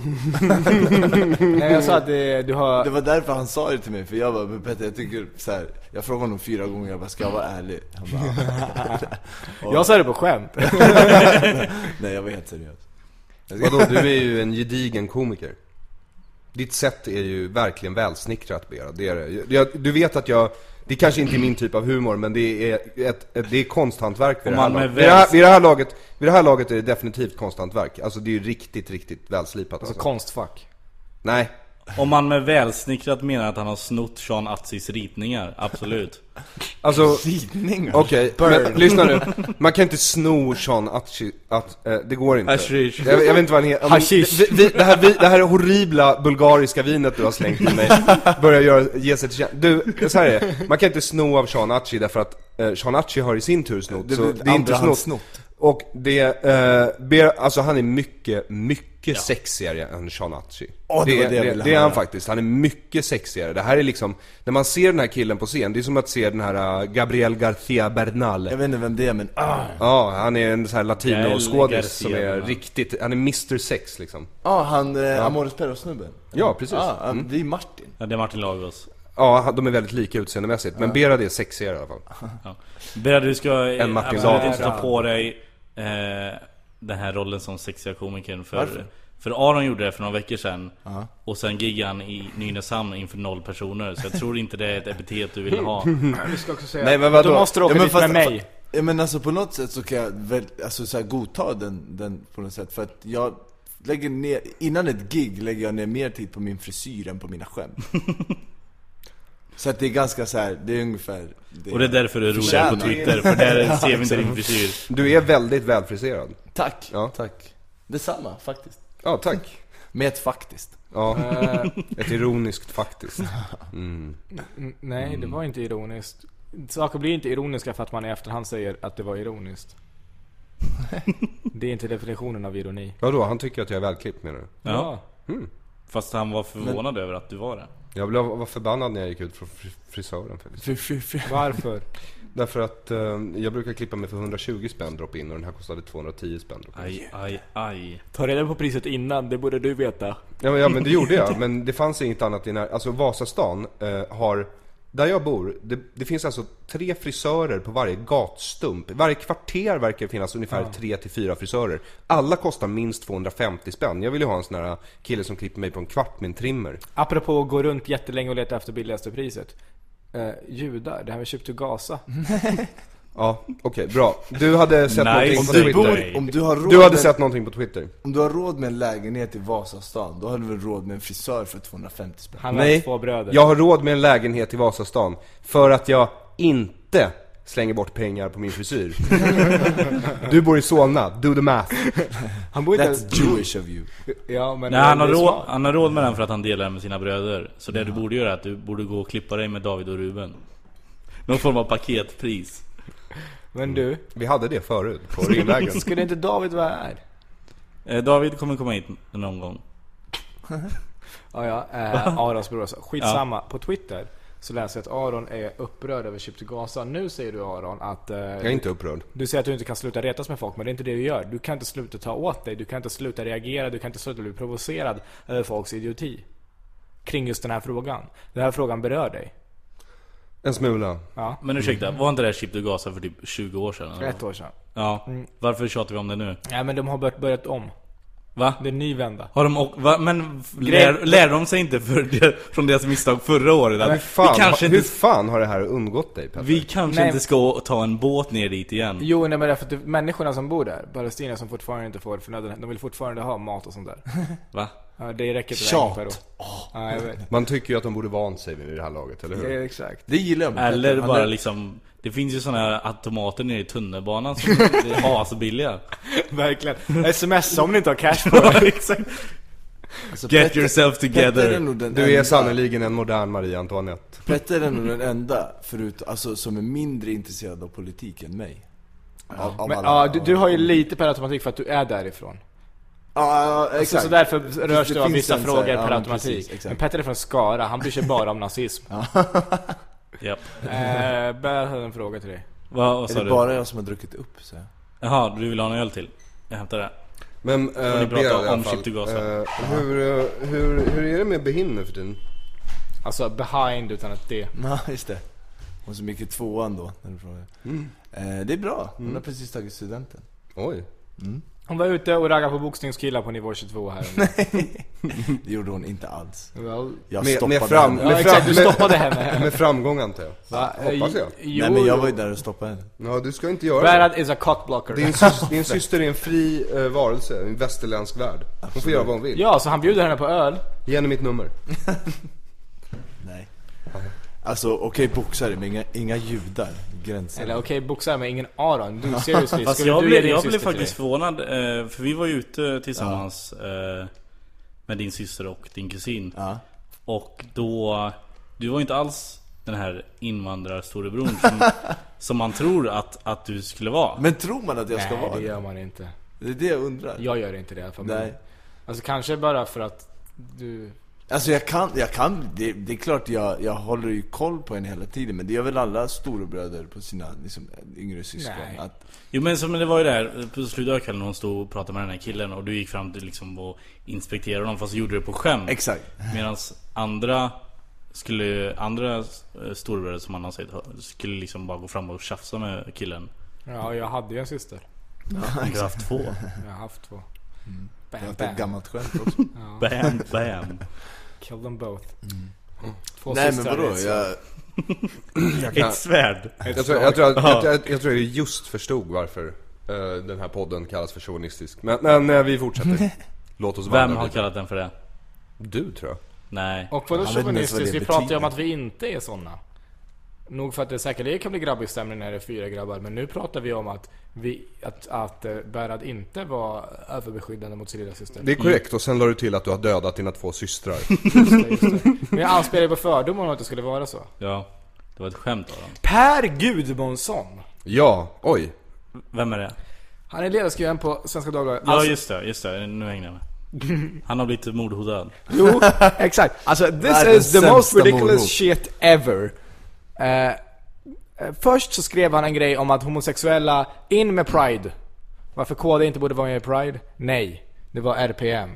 [SPEAKER 2] Nej jag sa att det, du har...
[SPEAKER 3] Det var därför han sa det till mig, för jag bara, men Petter jag tycker så här. Jag frågade honom fyra gånger, jag bara, ska jag vara ärlig? Han bara,
[SPEAKER 2] Jag sa det på skämt.
[SPEAKER 3] <laughs> nej jag var helt seriös.
[SPEAKER 4] Vadå, du är ju en gedigen komiker. Ditt sätt är ju verkligen välsnickrat Bera, det är det. Jag, du vet att jag, det kanske inte är min typ av humor men det är, ett, ett, det är konsthantverk vid
[SPEAKER 1] Om
[SPEAKER 4] det, här
[SPEAKER 1] man är
[SPEAKER 4] laget. Vid, det här,
[SPEAKER 1] väls-
[SPEAKER 4] vid, det här laget, vid det här laget är det definitivt konsthantverk. Alltså det är ju riktigt, riktigt välslipat
[SPEAKER 2] Alltså
[SPEAKER 4] alltså.
[SPEAKER 2] konstfack.
[SPEAKER 4] Nej,
[SPEAKER 1] Om man med välsnickrat menar att han har snott Sean Atzis ritningar, absolut.
[SPEAKER 4] alltså
[SPEAKER 3] Tidningar?
[SPEAKER 4] Okej, men lyssna nu. Man kan inte sno Sean Atchi, att, eh, det går inte.
[SPEAKER 1] Hashish.
[SPEAKER 4] Jag, jag vet inte vad han heter. Om-
[SPEAKER 1] Hashish.
[SPEAKER 4] vi- vi- Det, här vi- det här horribla bulgariska vinet du har slängt i mig börjar göra, ge sig till känna. Du, så här är det. Man kan inte sno av Sean Atchi därför att eh, Sean Atchi har i sin tur snott.
[SPEAKER 3] Det
[SPEAKER 4] så
[SPEAKER 3] blir
[SPEAKER 4] det är inte snott.
[SPEAKER 3] andrahandssnott.
[SPEAKER 4] Och det, eh, ber, alltså han är mycket, mycket mycket sexigare än Shanachi.
[SPEAKER 3] Åh, det var det jag
[SPEAKER 4] det,
[SPEAKER 3] ville
[SPEAKER 4] det är han
[SPEAKER 3] höra.
[SPEAKER 4] faktiskt. Han är mycket sexigare. Det här är liksom, när man ser den här killen på scen, det är som att se den här äh, Gabriel Garcia Bernal.
[SPEAKER 3] Jag vet inte vem det är men ah,
[SPEAKER 4] Ja, han är en sån här
[SPEAKER 1] Gael
[SPEAKER 4] latinoskådis
[SPEAKER 1] Garcia
[SPEAKER 4] som är
[SPEAKER 1] Bernal.
[SPEAKER 4] riktigt, han är Mr Sex liksom.
[SPEAKER 3] ah han, eh, Amores Perros snubben
[SPEAKER 4] Ja, precis. Mm.
[SPEAKER 3] ah, Det är Martin
[SPEAKER 1] Ja, det är Martin Lagos.
[SPEAKER 4] Ja, han- de är väldigt lika utseendemässigt, men Berad är sexigare i alla fall.
[SPEAKER 1] Ja. Berra, du ska eh,
[SPEAKER 4] En Martin
[SPEAKER 1] absolut
[SPEAKER 4] Lago.
[SPEAKER 1] inte ta på dig eh, den här rollen som sexiga komikern för, för Aron gjorde det för några veckor sedan Och sen giggade han i Nynäshamn inför noll personer Så jag tror inte det är ett epitet du vill
[SPEAKER 4] <laughs>
[SPEAKER 1] ha
[SPEAKER 2] Du ska också säga
[SPEAKER 4] Nej, men
[SPEAKER 2] Då
[SPEAKER 4] vadå?
[SPEAKER 2] måste du åka dit med mig.
[SPEAKER 3] fa- Ja men alltså på något sätt så kan jag väl, alltså så här, godta den, den på något sätt För att jag lägger ner, innan ett gig lägger jag ner mer tid på min frisyr än på
[SPEAKER 1] <laughs>
[SPEAKER 3] mina skämt Så att det är ganska så här, det är ungefär det.
[SPEAKER 1] Och det är därför du är roligare på
[SPEAKER 3] Förtjänar.
[SPEAKER 1] Twitter För där ser vi
[SPEAKER 4] <laughs>
[SPEAKER 1] inte din frisyr
[SPEAKER 4] Du är väldigt välfriserad.
[SPEAKER 3] Tack,
[SPEAKER 4] Ja.
[SPEAKER 3] tack Detsamma faktiskt
[SPEAKER 4] Ja, tack.
[SPEAKER 3] Med ett faktiskt
[SPEAKER 4] Ja, ett ironiskt faktiskt.
[SPEAKER 2] Mm, Nej, det var inte ironiskt. Saker blir inte ironiska för att man i efterhand säger att det var <laughs> ironiskt. det är inte definitionen av ironi.
[SPEAKER 4] Vadå, han tycker att jag är välklippt menar du?
[SPEAKER 1] Ja. Fast han var förvånad över att du var det
[SPEAKER 4] Jag blev, var förbannad när jag gick ut från fri- frisören faktiskt.
[SPEAKER 2] Varför?
[SPEAKER 4] <laughs> Därför att eh, jag brukar klippa mig för 120 spänn drop in och den här kostade 210 spänn drop in.
[SPEAKER 1] Aj, aj, aj
[SPEAKER 2] Ta reda på priset innan, det borde du veta.
[SPEAKER 4] Ja men, ja men det
[SPEAKER 1] <laughs>
[SPEAKER 4] gjorde jag, men det fanns inget annat i när, Alltså Vasastan eh, har, där jag bor, det, det finns alltså tre frisörer på varje gatstump. I Varje kvarter verkar det finnas ungefär tre till fyra frisörer. Alla kostar minst 250 spänn. Jag vill ju ha en sån här kille som klipper mig på en kvart med en trimmer.
[SPEAKER 2] Apropå att gå runt jättelänge och leta efter billigaste priset. Eh, judar, det här med köp till <laughs> Gaza.
[SPEAKER 4] Ja, okej, bra. Du hade sett
[SPEAKER 1] Nice.
[SPEAKER 4] någonting på
[SPEAKER 1] Om du
[SPEAKER 4] Twitter.
[SPEAKER 1] bor-
[SPEAKER 3] Om du har råd
[SPEAKER 4] Du hade
[SPEAKER 3] med-
[SPEAKER 4] sett någonting på Twitter.
[SPEAKER 3] Om du har råd med en lägenhet i Vasastan, då har du väl råd med en frisör för 250 spänn?
[SPEAKER 2] Han har
[SPEAKER 4] Nej,
[SPEAKER 2] två bröder.
[SPEAKER 4] jag har råd med en lägenhet i Vasastan för att jag inte slänger bort pengar på min frisyr. du bor i Solna, do the math.
[SPEAKER 2] Han bor inte ens...
[SPEAKER 3] That's Jewish of you.
[SPEAKER 2] Ja, men
[SPEAKER 1] Nej han har,
[SPEAKER 2] det är
[SPEAKER 1] råd,
[SPEAKER 2] smart.
[SPEAKER 1] han har råd med den för att han delar den med sina bröder Så det du borde göra är att du borde gå och klippa dig med David och Ruben Någon form av paketpris
[SPEAKER 2] Men du,
[SPEAKER 4] Vi hade det förut på Ringvägen.
[SPEAKER 2] <laughs> skulle inte David vara här?
[SPEAKER 1] eh, David kommer komma hit någon gång
[SPEAKER 2] Ja, ja.
[SPEAKER 4] <laughs>
[SPEAKER 2] Eh, Arons bror alltså. Skitsamma. På Twitter så läser jag att Aron är upprörd över köp till Gaza. Nu säger du Aron att... eh,
[SPEAKER 4] Jag är inte upprörd.
[SPEAKER 2] Du säger att du inte kan sluta retas med folk, men det är inte det du gör. Du kan inte sluta ta åt dig, du kan inte sluta reagera, du kan inte sluta bli provocerad över folks idioti. Kring just den här frågan. Den här frågan berör dig.
[SPEAKER 4] En smula.
[SPEAKER 1] Men ursäkta,
[SPEAKER 2] Mm.
[SPEAKER 1] var inte det här Chip du gasade för typ 20 år sedan? eller?
[SPEAKER 2] Ett år sedan.
[SPEAKER 1] Ja,
[SPEAKER 2] Mm.
[SPEAKER 1] varför tjatar vi om det nu?
[SPEAKER 2] Nej men de har börjat, börjat om.
[SPEAKER 1] Va?
[SPEAKER 2] Det är en ny vända.
[SPEAKER 1] Har de och, va? Men f- lär, lär de sig inte för det, från deras misstag förra året? att
[SPEAKER 4] Hur
[SPEAKER 1] vi
[SPEAKER 4] fan,
[SPEAKER 1] kanske,
[SPEAKER 4] hur
[SPEAKER 1] inte,
[SPEAKER 4] fan har det här undgått dig Petter?
[SPEAKER 1] vi kanske
[SPEAKER 2] Nej.
[SPEAKER 1] inte ska ta en båt ner dit igen?
[SPEAKER 2] Jo, nej men därför att det- människorna som bor där, palestinier som fortfarande inte får förnödenheter, de vill fortfarande ha mat och sånt
[SPEAKER 4] <laughs>
[SPEAKER 2] där.
[SPEAKER 1] Va?
[SPEAKER 2] Ja, det räcker inte
[SPEAKER 3] Tjat.
[SPEAKER 2] per år. Ja, jag
[SPEAKER 4] <laughs>
[SPEAKER 2] vet.
[SPEAKER 4] Man tycker ju att de borde vant sig vid det här laget, eller
[SPEAKER 2] Det
[SPEAKER 4] hur?
[SPEAKER 2] är exakt.
[SPEAKER 3] Det gillar jag med
[SPEAKER 1] Eller
[SPEAKER 3] Petter. Han
[SPEAKER 1] bara
[SPEAKER 3] är-
[SPEAKER 1] liksom Det finns ju såna här automater nere i tunnelbanan
[SPEAKER 2] <laughs>
[SPEAKER 1] som är asbilliga
[SPEAKER 2] Verkligen. Smsa om ni inte har cash
[SPEAKER 3] <laughs>
[SPEAKER 2] på
[SPEAKER 1] <laughs>
[SPEAKER 2] det.
[SPEAKER 1] Exakt.
[SPEAKER 3] alltså,
[SPEAKER 1] Get
[SPEAKER 3] Petter-
[SPEAKER 1] yourself
[SPEAKER 3] Petter är
[SPEAKER 1] together
[SPEAKER 3] nog den
[SPEAKER 4] Du är
[SPEAKER 3] enda-
[SPEAKER 4] sannerligen en modern Marie Antoinette.
[SPEAKER 3] Petter är nog den enda, förut, alltså, som är mindre intresserad av politik än mig. Av, av
[SPEAKER 2] Men,
[SPEAKER 3] alla-
[SPEAKER 2] ja, du,
[SPEAKER 3] av-
[SPEAKER 2] du har ju lite per automatik för att du är därifrån.
[SPEAKER 3] Ja, ja,
[SPEAKER 2] Så,
[SPEAKER 3] exakt.
[SPEAKER 2] Alltså, så därför
[SPEAKER 3] Det-
[SPEAKER 2] rörs
[SPEAKER 3] det
[SPEAKER 2] du av
[SPEAKER 3] finns
[SPEAKER 2] vissa
[SPEAKER 3] en så här-
[SPEAKER 2] frågor
[SPEAKER 3] ja,
[SPEAKER 2] per
[SPEAKER 3] men
[SPEAKER 2] automatik.
[SPEAKER 3] precis,
[SPEAKER 2] men
[SPEAKER 3] exakt.
[SPEAKER 2] Petter är från Skara, han bryr sig bara om
[SPEAKER 3] <laughs>
[SPEAKER 2] nazism.
[SPEAKER 1] Japp.
[SPEAKER 2] eh, Bär hade en fråga till dig.
[SPEAKER 1] Vad vad
[SPEAKER 3] Är
[SPEAKER 1] sa
[SPEAKER 3] det
[SPEAKER 1] du?
[SPEAKER 3] bara jag som har druckit upp? Så? här? <laughs>
[SPEAKER 1] Jaha, du vill ha en öl till? Jag hämtar det
[SPEAKER 4] Men,
[SPEAKER 1] ni
[SPEAKER 4] eh,
[SPEAKER 1] prata
[SPEAKER 4] Berad i alla
[SPEAKER 1] om
[SPEAKER 4] fall.
[SPEAKER 1] Ship to Gaza?
[SPEAKER 4] Eh, hur, eh, hur, hur är det med Behim nu för tiden?
[SPEAKER 2] Alltså behind utan att det.
[SPEAKER 3] Ja, just det. Hon som gick i tvåan då, när du frågade.
[SPEAKER 2] Mm.
[SPEAKER 3] Eh, det är bra, hon har precis tagit studenten.
[SPEAKER 4] Oj.
[SPEAKER 2] Hon var ute och raggade på boxningskillar på nivå 22
[SPEAKER 3] <laughs>
[SPEAKER 2] här.
[SPEAKER 3] Det gjorde hon inte alls.
[SPEAKER 2] well,
[SPEAKER 3] Jag
[SPEAKER 4] Med- med
[SPEAKER 3] stoppade
[SPEAKER 4] fram-
[SPEAKER 3] henne.
[SPEAKER 4] med-
[SPEAKER 2] ja, exakt, du
[SPEAKER 4] fram-
[SPEAKER 2] stoppade
[SPEAKER 3] <laughs>
[SPEAKER 2] henne.
[SPEAKER 4] <laughs> Med framgång antar jag?
[SPEAKER 2] Va?
[SPEAKER 4] Hoppas jag.
[SPEAKER 2] Jo,
[SPEAKER 3] Nej men jag var ju där och stoppade henne.
[SPEAKER 4] Ja, du ska inte göra det.
[SPEAKER 2] Behrad is a cock blocker.
[SPEAKER 4] Din, sys- din syster är en fri eh, varelse, en västerländsk värld. Hon får göra vad hon
[SPEAKER 2] <laughs>
[SPEAKER 4] vill.
[SPEAKER 2] Ja, så han bjuder henne på öl.
[SPEAKER 4] Ge henne mitt nummer.
[SPEAKER 3] Nej. Alltså okej boxare, men inga, inga judar. Gränsen.
[SPEAKER 2] Eller okej, boxar men ingen
[SPEAKER 3] <laughs>
[SPEAKER 2] Aron. Du, seriously.
[SPEAKER 1] Fast
[SPEAKER 2] Skulle
[SPEAKER 1] jag
[SPEAKER 2] du
[SPEAKER 1] blev,
[SPEAKER 2] ge din
[SPEAKER 1] jag
[SPEAKER 2] syster
[SPEAKER 1] blev
[SPEAKER 2] till
[SPEAKER 1] faktiskt
[SPEAKER 2] dig?
[SPEAKER 1] förvånad eh, För vi var ju ute tillsammans eh, Med din syster och din kusin
[SPEAKER 3] Ja.
[SPEAKER 1] Och då Du var ju inte alls den här invandrarstorebror
[SPEAKER 3] <laughs>
[SPEAKER 1] som, som man tror att, att du skulle vara
[SPEAKER 3] Men tror man att jag ska
[SPEAKER 2] Nej,
[SPEAKER 3] vara
[SPEAKER 2] det
[SPEAKER 3] det?
[SPEAKER 2] gör man inte.
[SPEAKER 3] Det är det jag undrar.
[SPEAKER 2] Jag gör inte det i alla fall. men-
[SPEAKER 3] Nej.
[SPEAKER 2] Alltså kanske bara för att du...
[SPEAKER 3] Alltså jag kan, jag kan det, det är klart jag, jag håller ju koll på henne hela tiden Men det gör väl alla storebröder på sina liksom, yngre syskon
[SPEAKER 2] Nej.
[SPEAKER 3] att,
[SPEAKER 1] Jo men som det var ju där på slutdagen när hon stod och pratade med den här killen och du gick fram till liksom och inspekterade honom fast du gjorde det på skämt.
[SPEAKER 3] Exakt
[SPEAKER 1] Medan andra skulle, andra eh, storbröder som man har sett skulle liksom bara gå fram och tjafsa med killen.
[SPEAKER 2] Ja, jag hade ju en syster.
[SPEAKER 1] Om du har haft två.
[SPEAKER 2] Jag har haft två.
[SPEAKER 3] Det är
[SPEAKER 2] Bam,
[SPEAKER 3] inte ett
[SPEAKER 2] bam.
[SPEAKER 3] gammalt skämt <laughs> också
[SPEAKER 2] Ja.
[SPEAKER 1] Bam, bam.
[SPEAKER 2] Kill them both. Mm. Två
[SPEAKER 3] Mm. Nej men
[SPEAKER 2] systrar,
[SPEAKER 3] vadå,
[SPEAKER 2] alltså.
[SPEAKER 3] jag,
[SPEAKER 1] Ett svärd.
[SPEAKER 4] Jag tror, jag, tror att, jag, jag, jag tror jag just förstod varför eh, den här podden kallas för chauvinistisk. Men, men eh, vi <laughs> fortsätter. Låt oss vandra
[SPEAKER 1] Vem har
[SPEAKER 4] vidare.
[SPEAKER 1] kallat den för det?
[SPEAKER 4] Du tror jag.
[SPEAKER 1] Nej.
[SPEAKER 2] Och vadå
[SPEAKER 3] Jag vet inte ens vad det
[SPEAKER 2] chauvinistiskt? Vi pratar ju
[SPEAKER 3] betyder.
[SPEAKER 2] om att vi inte är såna. Nog för att det säkerligen kan bli grabbig stämning när det är fyra grabbar, men nu pratar vi om att, vi, att, att eh, Berhad inte var överbeskyddande mot sin lilla
[SPEAKER 3] <laughs>
[SPEAKER 2] syster.
[SPEAKER 4] Det är korrekt och sen la du till att du har dödat dina två <laughs> systrar.
[SPEAKER 2] Just det, just det. Men jag anspelar ju på fördomar om att det skulle vara så.
[SPEAKER 1] Ja. Det var ett skämt Adam.
[SPEAKER 2] Per Gudmundsson!
[SPEAKER 4] ja, oj.
[SPEAKER 1] Vem är det?
[SPEAKER 2] Han är ledarskribent på Svenska Dagbladet.
[SPEAKER 1] Ja
[SPEAKER 2] Alltså-
[SPEAKER 1] just det, just det. Nu hänger jag med.
[SPEAKER 4] <laughs>
[SPEAKER 1] Han har blivit mordhotad.
[SPEAKER 3] <laughs>
[SPEAKER 2] Jo, exakt. Alltså this
[SPEAKER 3] Världens
[SPEAKER 2] is the most
[SPEAKER 3] sämsta
[SPEAKER 2] ridiculous
[SPEAKER 3] morot.
[SPEAKER 2] shit ever. Eh, eh, först så skrev han en grej om att homosexuella, in med pride. Varför KD inte borde vara med i pride? Nej, det var RPM.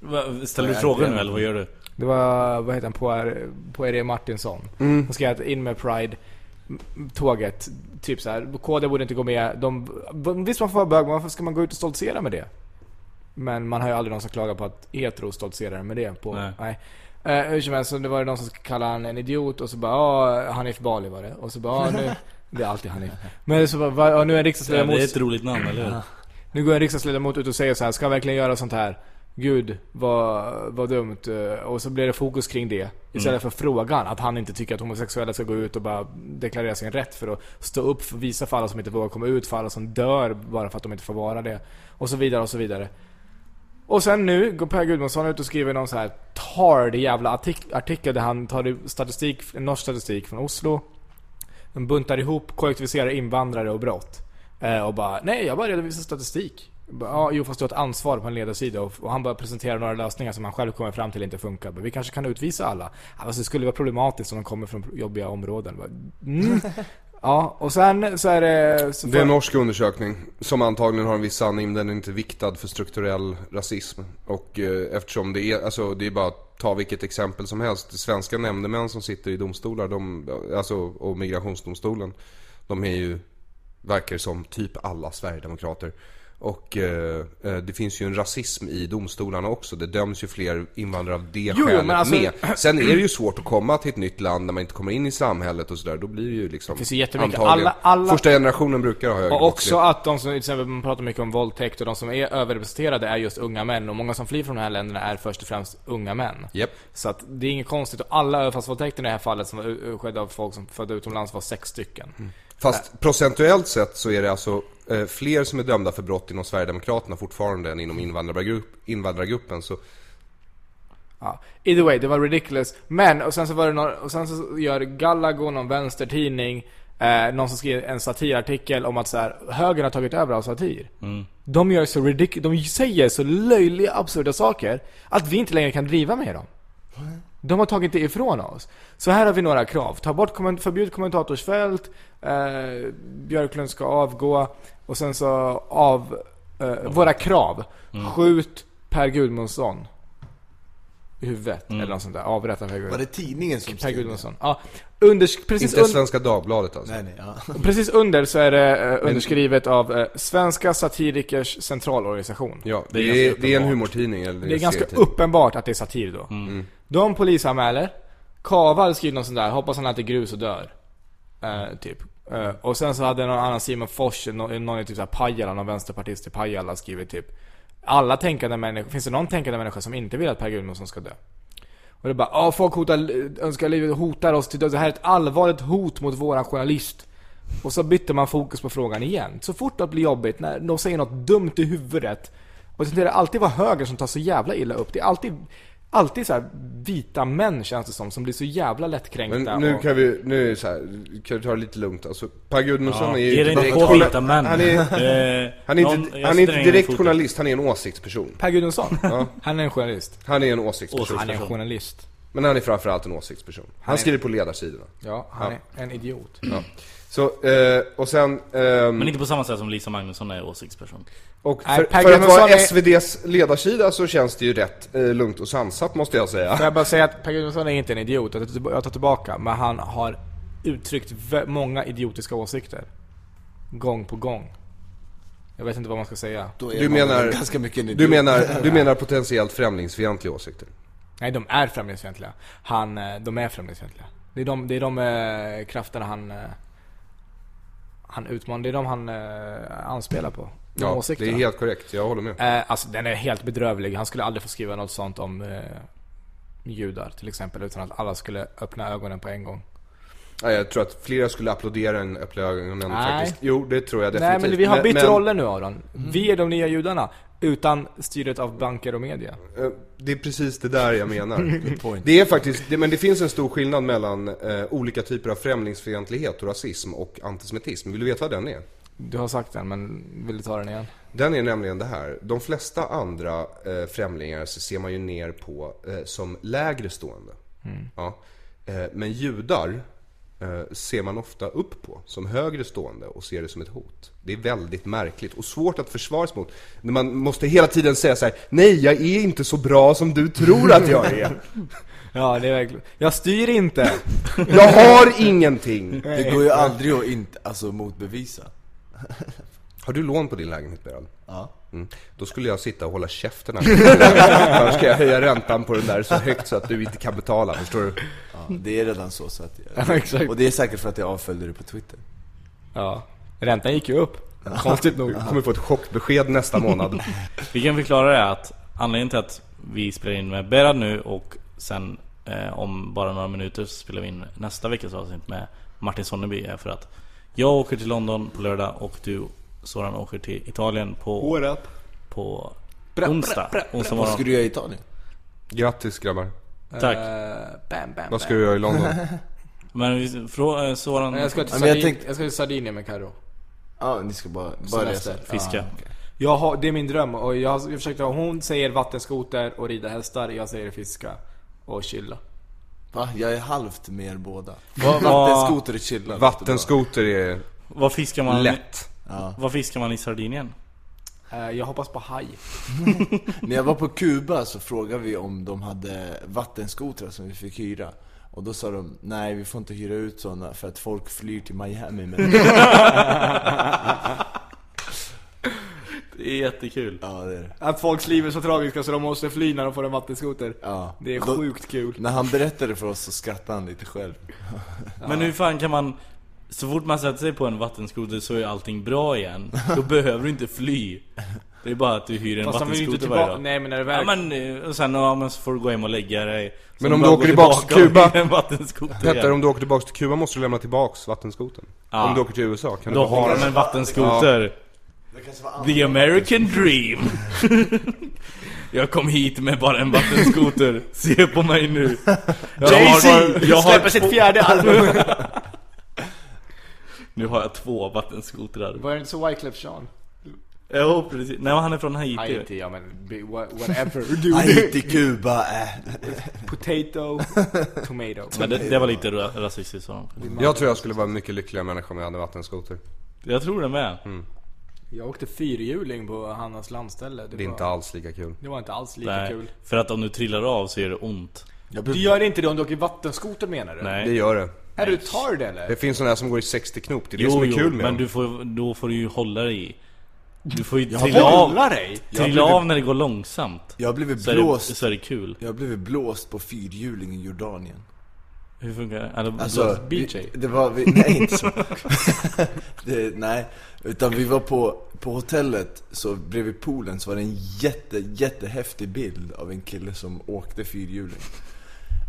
[SPEAKER 1] Va- Ställer du frågor nu eller vad gör du?
[SPEAKER 2] Det var, vad heter han, Poir- Poirier E Martinsson. Han skrev att in med pride m- tåget, typ så här. KD borde inte gå med. De, visst man får vara bög, men varför ska man gå ut och stoltsera med det? Men man har ju aldrig någon som klagar på att hetero stoltserar med det. På,
[SPEAKER 1] Nej.
[SPEAKER 2] nej. Eh, hur som helst, så det var det någon som kallade han en idiot och så bara ja, Hanif Bali var det. Och så bara ja, nu, det är alltid Hanif. Men så bara, va, ja, nu är en
[SPEAKER 1] Det
[SPEAKER 2] riksdagsledamot
[SPEAKER 1] är ett roligt namn eller hur?
[SPEAKER 2] nu går en riksdagsledamot ut och säger så här, ska jag verkligen göra sånt här? Gud, vad, vad dumt. eh, Och så blir det fokus kring det. Istället för frågan, att han inte tycker att homosexuella ska gå ut och bara deklarera sin rätt för att stå upp, för visa för alla som inte vågar komma ut, för alla som dör bara för att de inte får vara det. Och så vidare och så vidare. Och sen nu går Per Gudmundsson ut och skriver någon så här tard jävla artik- artikel där han tar statistik, norsk statistik från Oslo. De buntar ihop, kollektiviserar invandrare och brott. Eh, och bara, nej jag bara redovisar statistik. Jag bara, Ja, jo fast du har ett ansvar på en ledarsida och, och han bara presenterar några lösningar som han själv kommer fram till inte funkar. Men vi kanske kan utvisa alla. Ja, Alltså det skulle vara problematiskt om de kommer från jobbiga områden. Jag Bara, mm. ja, och sen så är det... Så
[SPEAKER 4] Det är
[SPEAKER 2] får-
[SPEAKER 4] en norsk undersökning som antagligen har en viss sanning men den är inte viktad för strukturell rasism. Och eh, eftersom det är, alltså det är bara att ta vilket exempel som helst. Svenska nämndemän som sitter i domstolar, de, alltså och migrationsdomstolen. De är ju, verkar som typ alla sverigedemokrater. Och eh, eh, det finns ju en rasism i domstolarna också. Det döms ju fler invandrare av det
[SPEAKER 2] jo,
[SPEAKER 4] skälet
[SPEAKER 2] men alltså-
[SPEAKER 4] med. Sen är det ju svårt att komma till ett nytt land när man inte kommer in i samhället och sådär. Då blir det ju liksom
[SPEAKER 2] finns ju jättemycket.
[SPEAKER 4] antagligen-
[SPEAKER 2] Alla- alla-
[SPEAKER 4] Första generationen brukar ha högre
[SPEAKER 2] Och också
[SPEAKER 4] brottslighet.
[SPEAKER 2] att de som, till exempel man pratar mycket om våldtäkt och de som är överrepresenterade är just unga män och många som flyr från de här länderna är först och främst unga män.
[SPEAKER 4] Japp.
[SPEAKER 2] Så att det är inget konstigt och alla överfallsvåldtäkter i det här fallet som var u- u- skedde av folk som födda utomlands var sex stycken.
[SPEAKER 4] Fast procentuellt sett så är det alltså eh, fler som är dömda för brott inom Sverigedemokraterna fortfarande än inom invandrargrupp, invandrargruppen. Så
[SPEAKER 2] Ja. Either way, det var ridiculous. Men, och sen så var det någon, och sen så gör Gallago någon vänstertidning, eh, någon som skriver en satirartikel om att så här, högern har tagit över av satir. De gör så ridic- de säger så löjliga, absurda saker att vi inte längre kan driva med dem. De har tagit det ifrån oss. Så här har vi några krav. Ta bort komment- förbjud kommentatorsfält, eh, Björklund ska avgå och sen så av eh, våra krav.
[SPEAKER 3] Mm.
[SPEAKER 2] Skjut Per Gudmundsson i huvudet eller något sånt där. Avrätta Per
[SPEAKER 3] Mm. var det
[SPEAKER 2] Gudmundsson.
[SPEAKER 3] tidningen som
[SPEAKER 2] Per
[SPEAKER 3] skrev det?
[SPEAKER 2] Gudmundsson. Ja, under, precis,
[SPEAKER 4] inte
[SPEAKER 2] un,
[SPEAKER 4] Svenska Dagbladet alltså.
[SPEAKER 3] Nej nej, ja.
[SPEAKER 2] precis under så är det eh, underskrivet av eh, Svenska Satirikers Centralorganisation.
[SPEAKER 4] Ja, det,
[SPEAKER 1] är ganska
[SPEAKER 4] är, det är en
[SPEAKER 1] uppenbart.
[SPEAKER 4] humortidning eller
[SPEAKER 2] Det är
[SPEAKER 4] en
[SPEAKER 2] ganska
[SPEAKER 4] serietidning.
[SPEAKER 2] uppenbart att det är satir då. De polisanmäler. Kaval skriver någon sån där, hoppas han äter grus och dör. Eh, typ. Eh, och sen så hade någon annan, Simon Fors, någon, någon i typ så här Pajala, någon vänsterpartist i Pajala skrivit typ. Alla tänkande människor, finns det någon tänkande människa som inte vill att Per Gudmundsson ska dö? Och det är bara, ja folk hotar, önskar livet, hotar oss till döds. Det här är ett allvarligt hot mot våran journalist. Och så bytte man fokus på frågan igen. Så fort det blir jobbigt, när de säger något dumt i huvudet. Och sen är det alltid vad höger som tar så jävla illa upp. Det är alltid alltid så här vita män känns det som, som blir så jävla lättkränkta.
[SPEAKER 4] Men nu
[SPEAKER 2] och-
[SPEAKER 4] kan vi, nu är det så här, kan vi ta det lite lugnt. Alltså, Per Gudmundsson är
[SPEAKER 1] Ge
[SPEAKER 4] ju
[SPEAKER 1] dig inte
[SPEAKER 4] direkt,
[SPEAKER 1] på
[SPEAKER 4] journa-
[SPEAKER 1] vita män.
[SPEAKER 4] han är,
[SPEAKER 1] Eh,
[SPEAKER 4] han är
[SPEAKER 1] någon-
[SPEAKER 4] inte,
[SPEAKER 1] jag
[SPEAKER 4] han är inte
[SPEAKER 1] spränger
[SPEAKER 4] direkt
[SPEAKER 1] foten.
[SPEAKER 4] journalist, han är en åsiktsperson.
[SPEAKER 2] Per Gudmundsson? Han är en journalist.
[SPEAKER 4] Han är en åsiktsperson.
[SPEAKER 2] Han är en journalist.
[SPEAKER 4] Men han är framförallt en åsiktsperson. Han skriver på ledarsidorna.
[SPEAKER 2] Ja, han är en idiot.
[SPEAKER 4] Ja. Så, eh, och sen... ehm,
[SPEAKER 1] Men inte på samma sätt som Lisa Magnusson är åsiktsperson.
[SPEAKER 4] och
[SPEAKER 2] Nej,
[SPEAKER 4] för,
[SPEAKER 2] Per
[SPEAKER 4] för att vara
[SPEAKER 2] Gudmundsson är-
[SPEAKER 4] SVDs ledarsida så känns det ju rätt eh, lugnt och sansat måste jag
[SPEAKER 2] Får
[SPEAKER 4] säga.
[SPEAKER 2] jag bara säga att Per Gudmundsson är inte en idiot, jag tar- jag tar tillbaka. Men han har uttryckt vä- många idiotiska åsikter. Gång på gång. Jag vet inte vad man ska säga.
[SPEAKER 3] <laughs> Då är
[SPEAKER 4] Du
[SPEAKER 3] man
[SPEAKER 4] menar,
[SPEAKER 3] ganska mycket en idiot.
[SPEAKER 4] du menar, du menar potentiellt främlingsfientliga åsikter?
[SPEAKER 2] Nej, de är främlingsfientliga. Han, eh, de är främlingsfientliga. Det är de, det är de eh, krafterna han... Eh, han utmanar, det är de han eh, anspelar på. De
[SPEAKER 4] Ja, det
[SPEAKER 2] åsikterna.
[SPEAKER 4] är helt korrekt. Jag håller med.
[SPEAKER 2] Eh, alltså den är helt bedrövlig. Han skulle aldrig få skriva något sånt om eh, judar till exempel. Utan att alla skulle öppna ögonen på en gång.
[SPEAKER 4] Nej, jag tror att flera skulle applådera en öppna
[SPEAKER 2] Nej.
[SPEAKER 4] ögonen faktiskt. Jo, det tror jag definitivt.
[SPEAKER 2] Nej men vi har bytt
[SPEAKER 4] men,
[SPEAKER 2] roller nu Aron. Vi är de nya judarna. Utan styret av banker och media.
[SPEAKER 4] eh, Det är precis det där
[SPEAKER 2] <laughs>
[SPEAKER 4] jag menar. det är faktiskt, det, men det finns en stor skillnad mellan eh, olika typer av främlingsfientlighet och rasism och antisemitism. Vill du veta vad den är?
[SPEAKER 2] Du har sagt den men vill du ta den igen?
[SPEAKER 4] Den är nämligen det här. De flesta andra eh, främlingar så ser man ju ner på eh, som lägre stående. Ja. Eh, men judar eh, ser man ofta upp på som högre stående och ser det som ett hot. Det är väldigt märkligt och svårt att försvara sig mot. När Man måste hela tiden säga så här: nej jag är inte så bra som du tror att jag är.
[SPEAKER 2] Ja det är verkligen. Jag styr inte!
[SPEAKER 4] Jag har ingenting.
[SPEAKER 3] Det går ju aldrig att inte, alltså motbevisa.
[SPEAKER 4] Har du lån på din lägenhet Beral?
[SPEAKER 3] Ja.
[SPEAKER 4] Mm. Då skulle jag sitta och hålla käften här. <laughs> Annars ska jag höja räntan på den där så högt så att du inte kan betala, förstår du?
[SPEAKER 3] Ja, det är redan så så <laughs> att
[SPEAKER 2] Ja, exakt.
[SPEAKER 3] Och det är säkert för att jag avföljde det på Twitter.
[SPEAKER 2] <laughs> Ja. Räntan gick ju upp. Typ
[SPEAKER 4] Konstigt nog. Du kommer få ett chockbesked nästa månad.
[SPEAKER 1] Vi kan förklara det att anledningen till att vi spelar in med Berad nu och sen eh, om bara några minuter så spelar vi in nästa veckas avsnitt med Martin Sonneby är för att jag åker till London på lördag och du Soran åker till Italien på, på onsdag. Onsdag
[SPEAKER 3] Vad ska
[SPEAKER 1] morgon.
[SPEAKER 3] du göra i Italien?
[SPEAKER 4] Grattis grabbar.
[SPEAKER 1] Tack.
[SPEAKER 2] Eh, bam, bam,
[SPEAKER 4] Vad ska du göra i London?
[SPEAKER 1] Men vi, frå, eh, Soran
[SPEAKER 2] Jag ska, till
[SPEAKER 3] Ja, men jag
[SPEAKER 2] Sardin-
[SPEAKER 3] tänkte-
[SPEAKER 2] jag ska till Sardinien med Karo.
[SPEAKER 3] Ja, ni ska bara, bara
[SPEAKER 2] Semester.
[SPEAKER 3] resa.
[SPEAKER 1] fiska.
[SPEAKER 2] Ah, Jag har, det är min dröm och jag, har- jag försökte, hon säger vattenskoter och rida hästar, jag säger fiska och chilla.
[SPEAKER 3] Va? Jag är halvt med er båda. Vattenskoter och chilla.
[SPEAKER 4] Vattenskoter är
[SPEAKER 1] Vad fiskar man?
[SPEAKER 4] lätt.
[SPEAKER 1] Vad fiskar man i Sardinien?
[SPEAKER 2] Eh, Jag hoppas på haj.
[SPEAKER 3] När jag var på Kuba så frågade vi om de hade vattenskotrar som vi fick hyra. Och då sa de, nej vi får inte hyra ut sådana för att folk flyr till Miami med dem."
[SPEAKER 1] Det är jättekul.
[SPEAKER 3] Ja det är det.
[SPEAKER 2] Att folks liv är så tragiska så de måste fly när de får en vattenskoter.
[SPEAKER 3] Ja.
[SPEAKER 2] Det är
[SPEAKER 3] Då-
[SPEAKER 2] sjukt kul.
[SPEAKER 3] När han berättade för oss så skrattade han lite själv.
[SPEAKER 1] Men hur fan kan man Så fort man sätter sig på en vattenskoter så är allting bra igen Då behöver du inte fly Det är bara att du hyr en
[SPEAKER 2] Fast de vill ju inte
[SPEAKER 1] vattenskoter varje
[SPEAKER 2] tillbaka.
[SPEAKER 1] dag
[SPEAKER 2] Nej men när det
[SPEAKER 1] Ja
[SPEAKER 2] väl...
[SPEAKER 1] men eh, och sen ja, men så får du gå hem och lägga dig Sen
[SPEAKER 4] Men om
[SPEAKER 1] bara gå
[SPEAKER 4] du åker tillbaka till
[SPEAKER 1] tillbaka och
[SPEAKER 4] Kuba-
[SPEAKER 1] hyra en vattenskoter
[SPEAKER 4] Petter,
[SPEAKER 1] igen.
[SPEAKER 4] om du åker tillbaka till Kuba måste du lämna tillbaks vattenskoten.
[SPEAKER 1] Ja.
[SPEAKER 4] Om du åker till USA kan du
[SPEAKER 1] Då har
[SPEAKER 4] behålla
[SPEAKER 1] de en vattenskoter The American dream <laughs> Jag kom hit med bara en vattenskoter Se på mig nu Jag har bara- jag har
[SPEAKER 2] släpper sitt
[SPEAKER 1] två-
[SPEAKER 2] fjärde album!
[SPEAKER 1] <laughs> Nu har jag två vattenskotrar
[SPEAKER 2] Var det inte så Wyclef Jean?
[SPEAKER 1] Jo precis, nej men han är från Haiti
[SPEAKER 2] Haiti, ja men be- wha- whatever.
[SPEAKER 3] Nej, inte Kuba, äh.
[SPEAKER 2] Potato, tomato.
[SPEAKER 1] <laughs> Men det, det var lite ra- rasistiskt av honom
[SPEAKER 4] Jag tror jag skulle vara en mycket lyckligare människa om jag hade vattenskoter.
[SPEAKER 1] Jag tror det med.
[SPEAKER 2] Jag åkte fyrhjuling på Hannas landställe.
[SPEAKER 4] Det är inte alls lika kul.
[SPEAKER 2] det var inte alls lika
[SPEAKER 1] Nej,
[SPEAKER 2] kul.
[SPEAKER 1] för att om du trillar av så gör det ont.
[SPEAKER 2] Du gör inte det om du åker vattenskoter menar du?
[SPEAKER 4] Det
[SPEAKER 1] Nej.
[SPEAKER 4] gör det.
[SPEAKER 2] Är du tar det eller?
[SPEAKER 4] Det finns sådana här som går i 60 knop, det är det
[SPEAKER 1] Jo,
[SPEAKER 4] som är
[SPEAKER 1] jo,
[SPEAKER 4] kul med
[SPEAKER 1] men
[SPEAKER 4] dem.
[SPEAKER 1] du får, då får du ju hålla dig i. Du får ju
[SPEAKER 3] har
[SPEAKER 1] trilla av,
[SPEAKER 2] Hålla dig!
[SPEAKER 1] trilla av när det går långsamt.
[SPEAKER 3] Jag har blivit
[SPEAKER 1] Så är, det,
[SPEAKER 3] blåst.
[SPEAKER 1] så är det kul.
[SPEAKER 3] Jag har blivit blåst på fyrhjuling i Jordanien.
[SPEAKER 1] Hur funkar det? Eller,
[SPEAKER 3] Alltså,
[SPEAKER 1] blåst-
[SPEAKER 3] vi, det var vi, nej inte så. <laughs> det, nej, utan vi var på, på hotellet, så bredvid poolen så var det en jätte, jättehäftig bild av en kille som åkte fyrhjuling.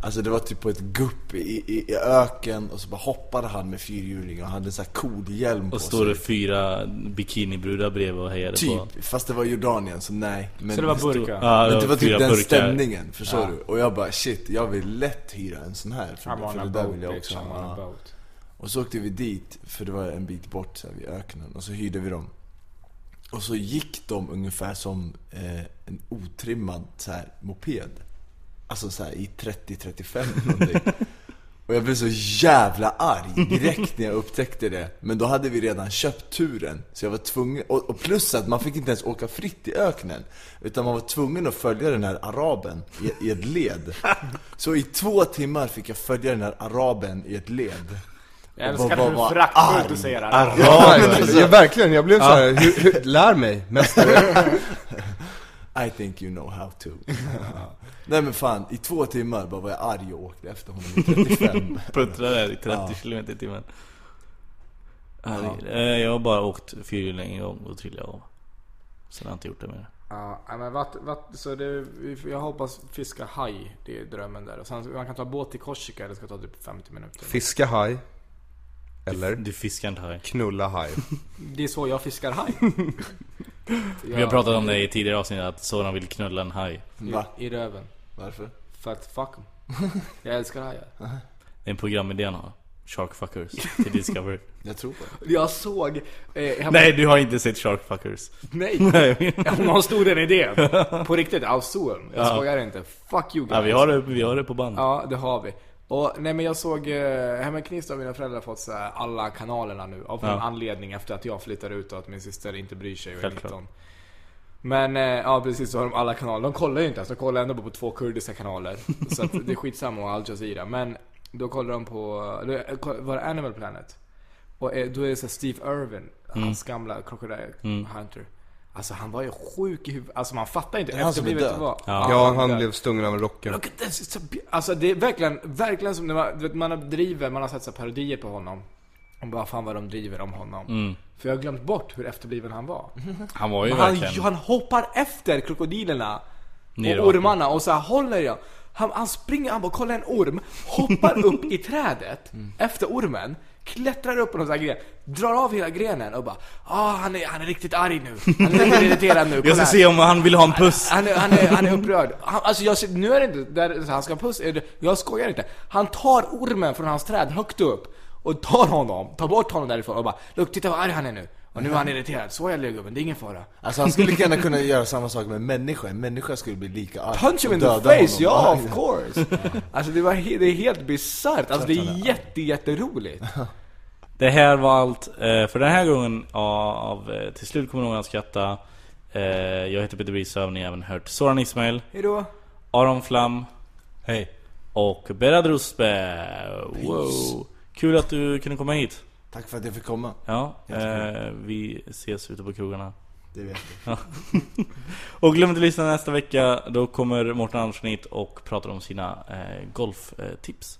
[SPEAKER 3] Alltså det var typ på ett gupp i, i, i öken och så bara hoppade han med fyrhjuling och hade en sån här kodhjälm på
[SPEAKER 1] Och står det
[SPEAKER 3] sig.
[SPEAKER 1] fyra bikinibrudar bredvid och hejar på.
[SPEAKER 3] Typ, fast det var Jordanien så nej. Men
[SPEAKER 2] Så det var
[SPEAKER 3] stod-
[SPEAKER 2] burka?
[SPEAKER 1] Ja,
[SPEAKER 3] Men det var
[SPEAKER 1] fyra
[SPEAKER 3] typ den
[SPEAKER 1] burkar.
[SPEAKER 3] stämningen, förstår du? Och jag bara shit, jag vill lätt hyra en sån här. För,
[SPEAKER 2] I'm on
[SPEAKER 3] för
[SPEAKER 2] a
[SPEAKER 3] det där liksom,
[SPEAKER 2] boat liksom.
[SPEAKER 3] vill
[SPEAKER 2] bitch,
[SPEAKER 3] jag också
[SPEAKER 2] I'm on a
[SPEAKER 3] ha.
[SPEAKER 2] boat.
[SPEAKER 3] Och så åkte vi dit, för det var en bit bort så här, vid öknen. Och så hyrde vi dem. Och så gick de ungefär som eh, en otrimmad så här, moped. Alltså så här, i 30-35
[SPEAKER 2] <laughs>
[SPEAKER 3] någonting. Och jag blev så jävla arg direkt när jag upptäckte det. Men då hade vi redan köpt turen. Så jag var tvungen, och, och plus att man fick inte ens åka fritt i öknen. Utan man var tvungen att följa den här araben i, i
[SPEAKER 2] <laughs>
[SPEAKER 3] ett led. Så i två timmar fick jag följa den här araben i ett led.
[SPEAKER 2] Jag
[SPEAKER 3] Och
[SPEAKER 2] älskar
[SPEAKER 3] vad-
[SPEAKER 2] hur
[SPEAKER 3] vad
[SPEAKER 2] föraktfullt
[SPEAKER 3] arg.
[SPEAKER 2] du säger det här.
[SPEAKER 1] Arab.
[SPEAKER 3] alltså,
[SPEAKER 4] ja, verkligen, jag blev såhär, hur, hur, lär mig mästare.
[SPEAKER 3] <laughs> I think you know how to. Nej men fan, i två timmar bara var jag arg och åkte efter honom i
[SPEAKER 4] <laughs>
[SPEAKER 3] 35.
[SPEAKER 1] Puttrar där i 30 km i timmen. Herregud. Eh, Jag har bara åkt fyrhjuling en gång och trillat av. Sen har jag inte gjort det mer.
[SPEAKER 2] Ja, nej, men vatt, vatt, så det, vi- jag hoppas fiska haj. Det är drömmen där. Och sen, man kan ta båt till Korsika. Det ska ta typ 50 minuter.
[SPEAKER 4] Fiska haj. Eller
[SPEAKER 1] Du fiskar inte haj.
[SPEAKER 4] knulla haj.
[SPEAKER 2] Det är så jag fiskar
[SPEAKER 3] <laughs>
[SPEAKER 2] haj.
[SPEAKER 1] Vi har pratat om det i tidigare avsnitt att Soran vill knulla en haj.
[SPEAKER 3] Va?
[SPEAKER 2] I, I röven.
[SPEAKER 3] Varför?
[SPEAKER 2] För att fuck
[SPEAKER 3] <laughs>
[SPEAKER 2] 'em. Jag älskar hajar.
[SPEAKER 1] Det är en programidé han har. Sharkfuckers till Discovery.
[SPEAKER 3] Jag tror på det.
[SPEAKER 2] Jag såg... Eh,
[SPEAKER 1] <laughs>
[SPEAKER 2] han-
[SPEAKER 1] Nej du har inte sett Sharkfuckers.
[SPEAKER 2] Nej!
[SPEAKER 1] Nej. <laughs>
[SPEAKER 2] Om någon stod den idén.
[SPEAKER 3] <laughs>
[SPEAKER 2] På riktigt, jag såg den. Jag
[SPEAKER 1] Ja.
[SPEAKER 2] skojar inte. Fuck you guys.
[SPEAKER 1] Ja, vi, har det, vi har det på band.
[SPEAKER 2] Ja, det har vi. Och nej men jag såg, eh, hemma i Knivsta har mina föräldrar fått så här, alla kanalerna nu. Av någon
[SPEAKER 1] Ja.
[SPEAKER 2] anledning efter att jag flyttar ut och att min syster inte bryr sig och är
[SPEAKER 1] Självklart.
[SPEAKER 2] 19. Men eh, ja precis, så har de alla kanaler. De kollar ju inte ens, de kollar ändå bara på två
[SPEAKER 1] <laughs>
[SPEAKER 2] kurdiska kanaler. så att det är skitsamma och Al Jazeera. Men då kollar de på, då eh, var det Animal Planet? Och eh, då är det så här Steve Irwin,
[SPEAKER 1] Mm.
[SPEAKER 2] hans gamla Crocodile Hunter. Alltså han var ju sjuk i huvudet, alltså man fattar inte.
[SPEAKER 3] Är det han som är
[SPEAKER 2] efterblivet
[SPEAKER 3] död?
[SPEAKER 2] det var.
[SPEAKER 4] Ja,
[SPEAKER 2] är
[SPEAKER 4] han
[SPEAKER 2] död.
[SPEAKER 4] blev stungen av en rocken.
[SPEAKER 2] Look at this, it's a be- Alltså det är verkligen, verkligen som när man, du vet, man driver, man har sett så här parodier på honom. Och bara fan vad de driver om honom.
[SPEAKER 1] Mm.
[SPEAKER 2] För jag har glömt bort hur efterbliven han var.
[SPEAKER 1] Han var ju
[SPEAKER 2] Han,
[SPEAKER 1] verkligen...
[SPEAKER 2] han hoppar efter krokodilerna
[SPEAKER 1] Ner i
[SPEAKER 2] och ormarna och så här håller jag. Han, han springer, han bara kollar en orm,
[SPEAKER 1] <laughs>
[SPEAKER 2] hoppar upp i trädet efter ormen, klättrar upp på någon sån här gren, drar av hela grenen och bara ah han, är, han är riktigt arg nu. Han är riktigt irriterad
[SPEAKER 1] <laughs>
[SPEAKER 2] nu.
[SPEAKER 1] Jag
[SPEAKER 2] kolla
[SPEAKER 1] ska
[SPEAKER 2] här."
[SPEAKER 1] se om han vill ha en puss.
[SPEAKER 2] Han är, han är, han är upprörd. Han, alltså jag, ser- nu är det inte där han ska pussa, är det- jag skojar inte. Han tar ormen från hans träd högt upp och tar honom, tar bort honom därifrån och bara Look, titta vad arg han är nu. Och nu är han irriterad. Så är jag gubben, det är ingen fara.
[SPEAKER 3] Alltså han skulle lika gärna kunna göra samma sak med en människa. En människa skulle bli lika arg.
[SPEAKER 2] Punch him
[SPEAKER 3] och
[SPEAKER 2] in the
[SPEAKER 3] döda
[SPEAKER 2] face, ja
[SPEAKER 3] honom.
[SPEAKER 2] of course! Alltså det, var he, det är helt bisarrt, alltså det är jätte,
[SPEAKER 3] <laughs>
[SPEAKER 2] jätteroligt.
[SPEAKER 1] Det här var allt eh, för den här gången av eh, Till slut kommer någon att skratta. Eh, Jag heter Peter Brisse och har ni även hört Soran Ismail,
[SPEAKER 2] Hejdå!
[SPEAKER 1] Aron Flam Hej Och Berad Rusbe Wow Kul att du kunde komma hit
[SPEAKER 3] Tack för att jag fick komma.
[SPEAKER 1] Ja, eh, vi ses ute på krogarna
[SPEAKER 3] Det vet
[SPEAKER 1] <laughs> Och glöm inte att lyssna nästa vecka Då kommer Mårten Andersson hit och pratar om sina eh, golftips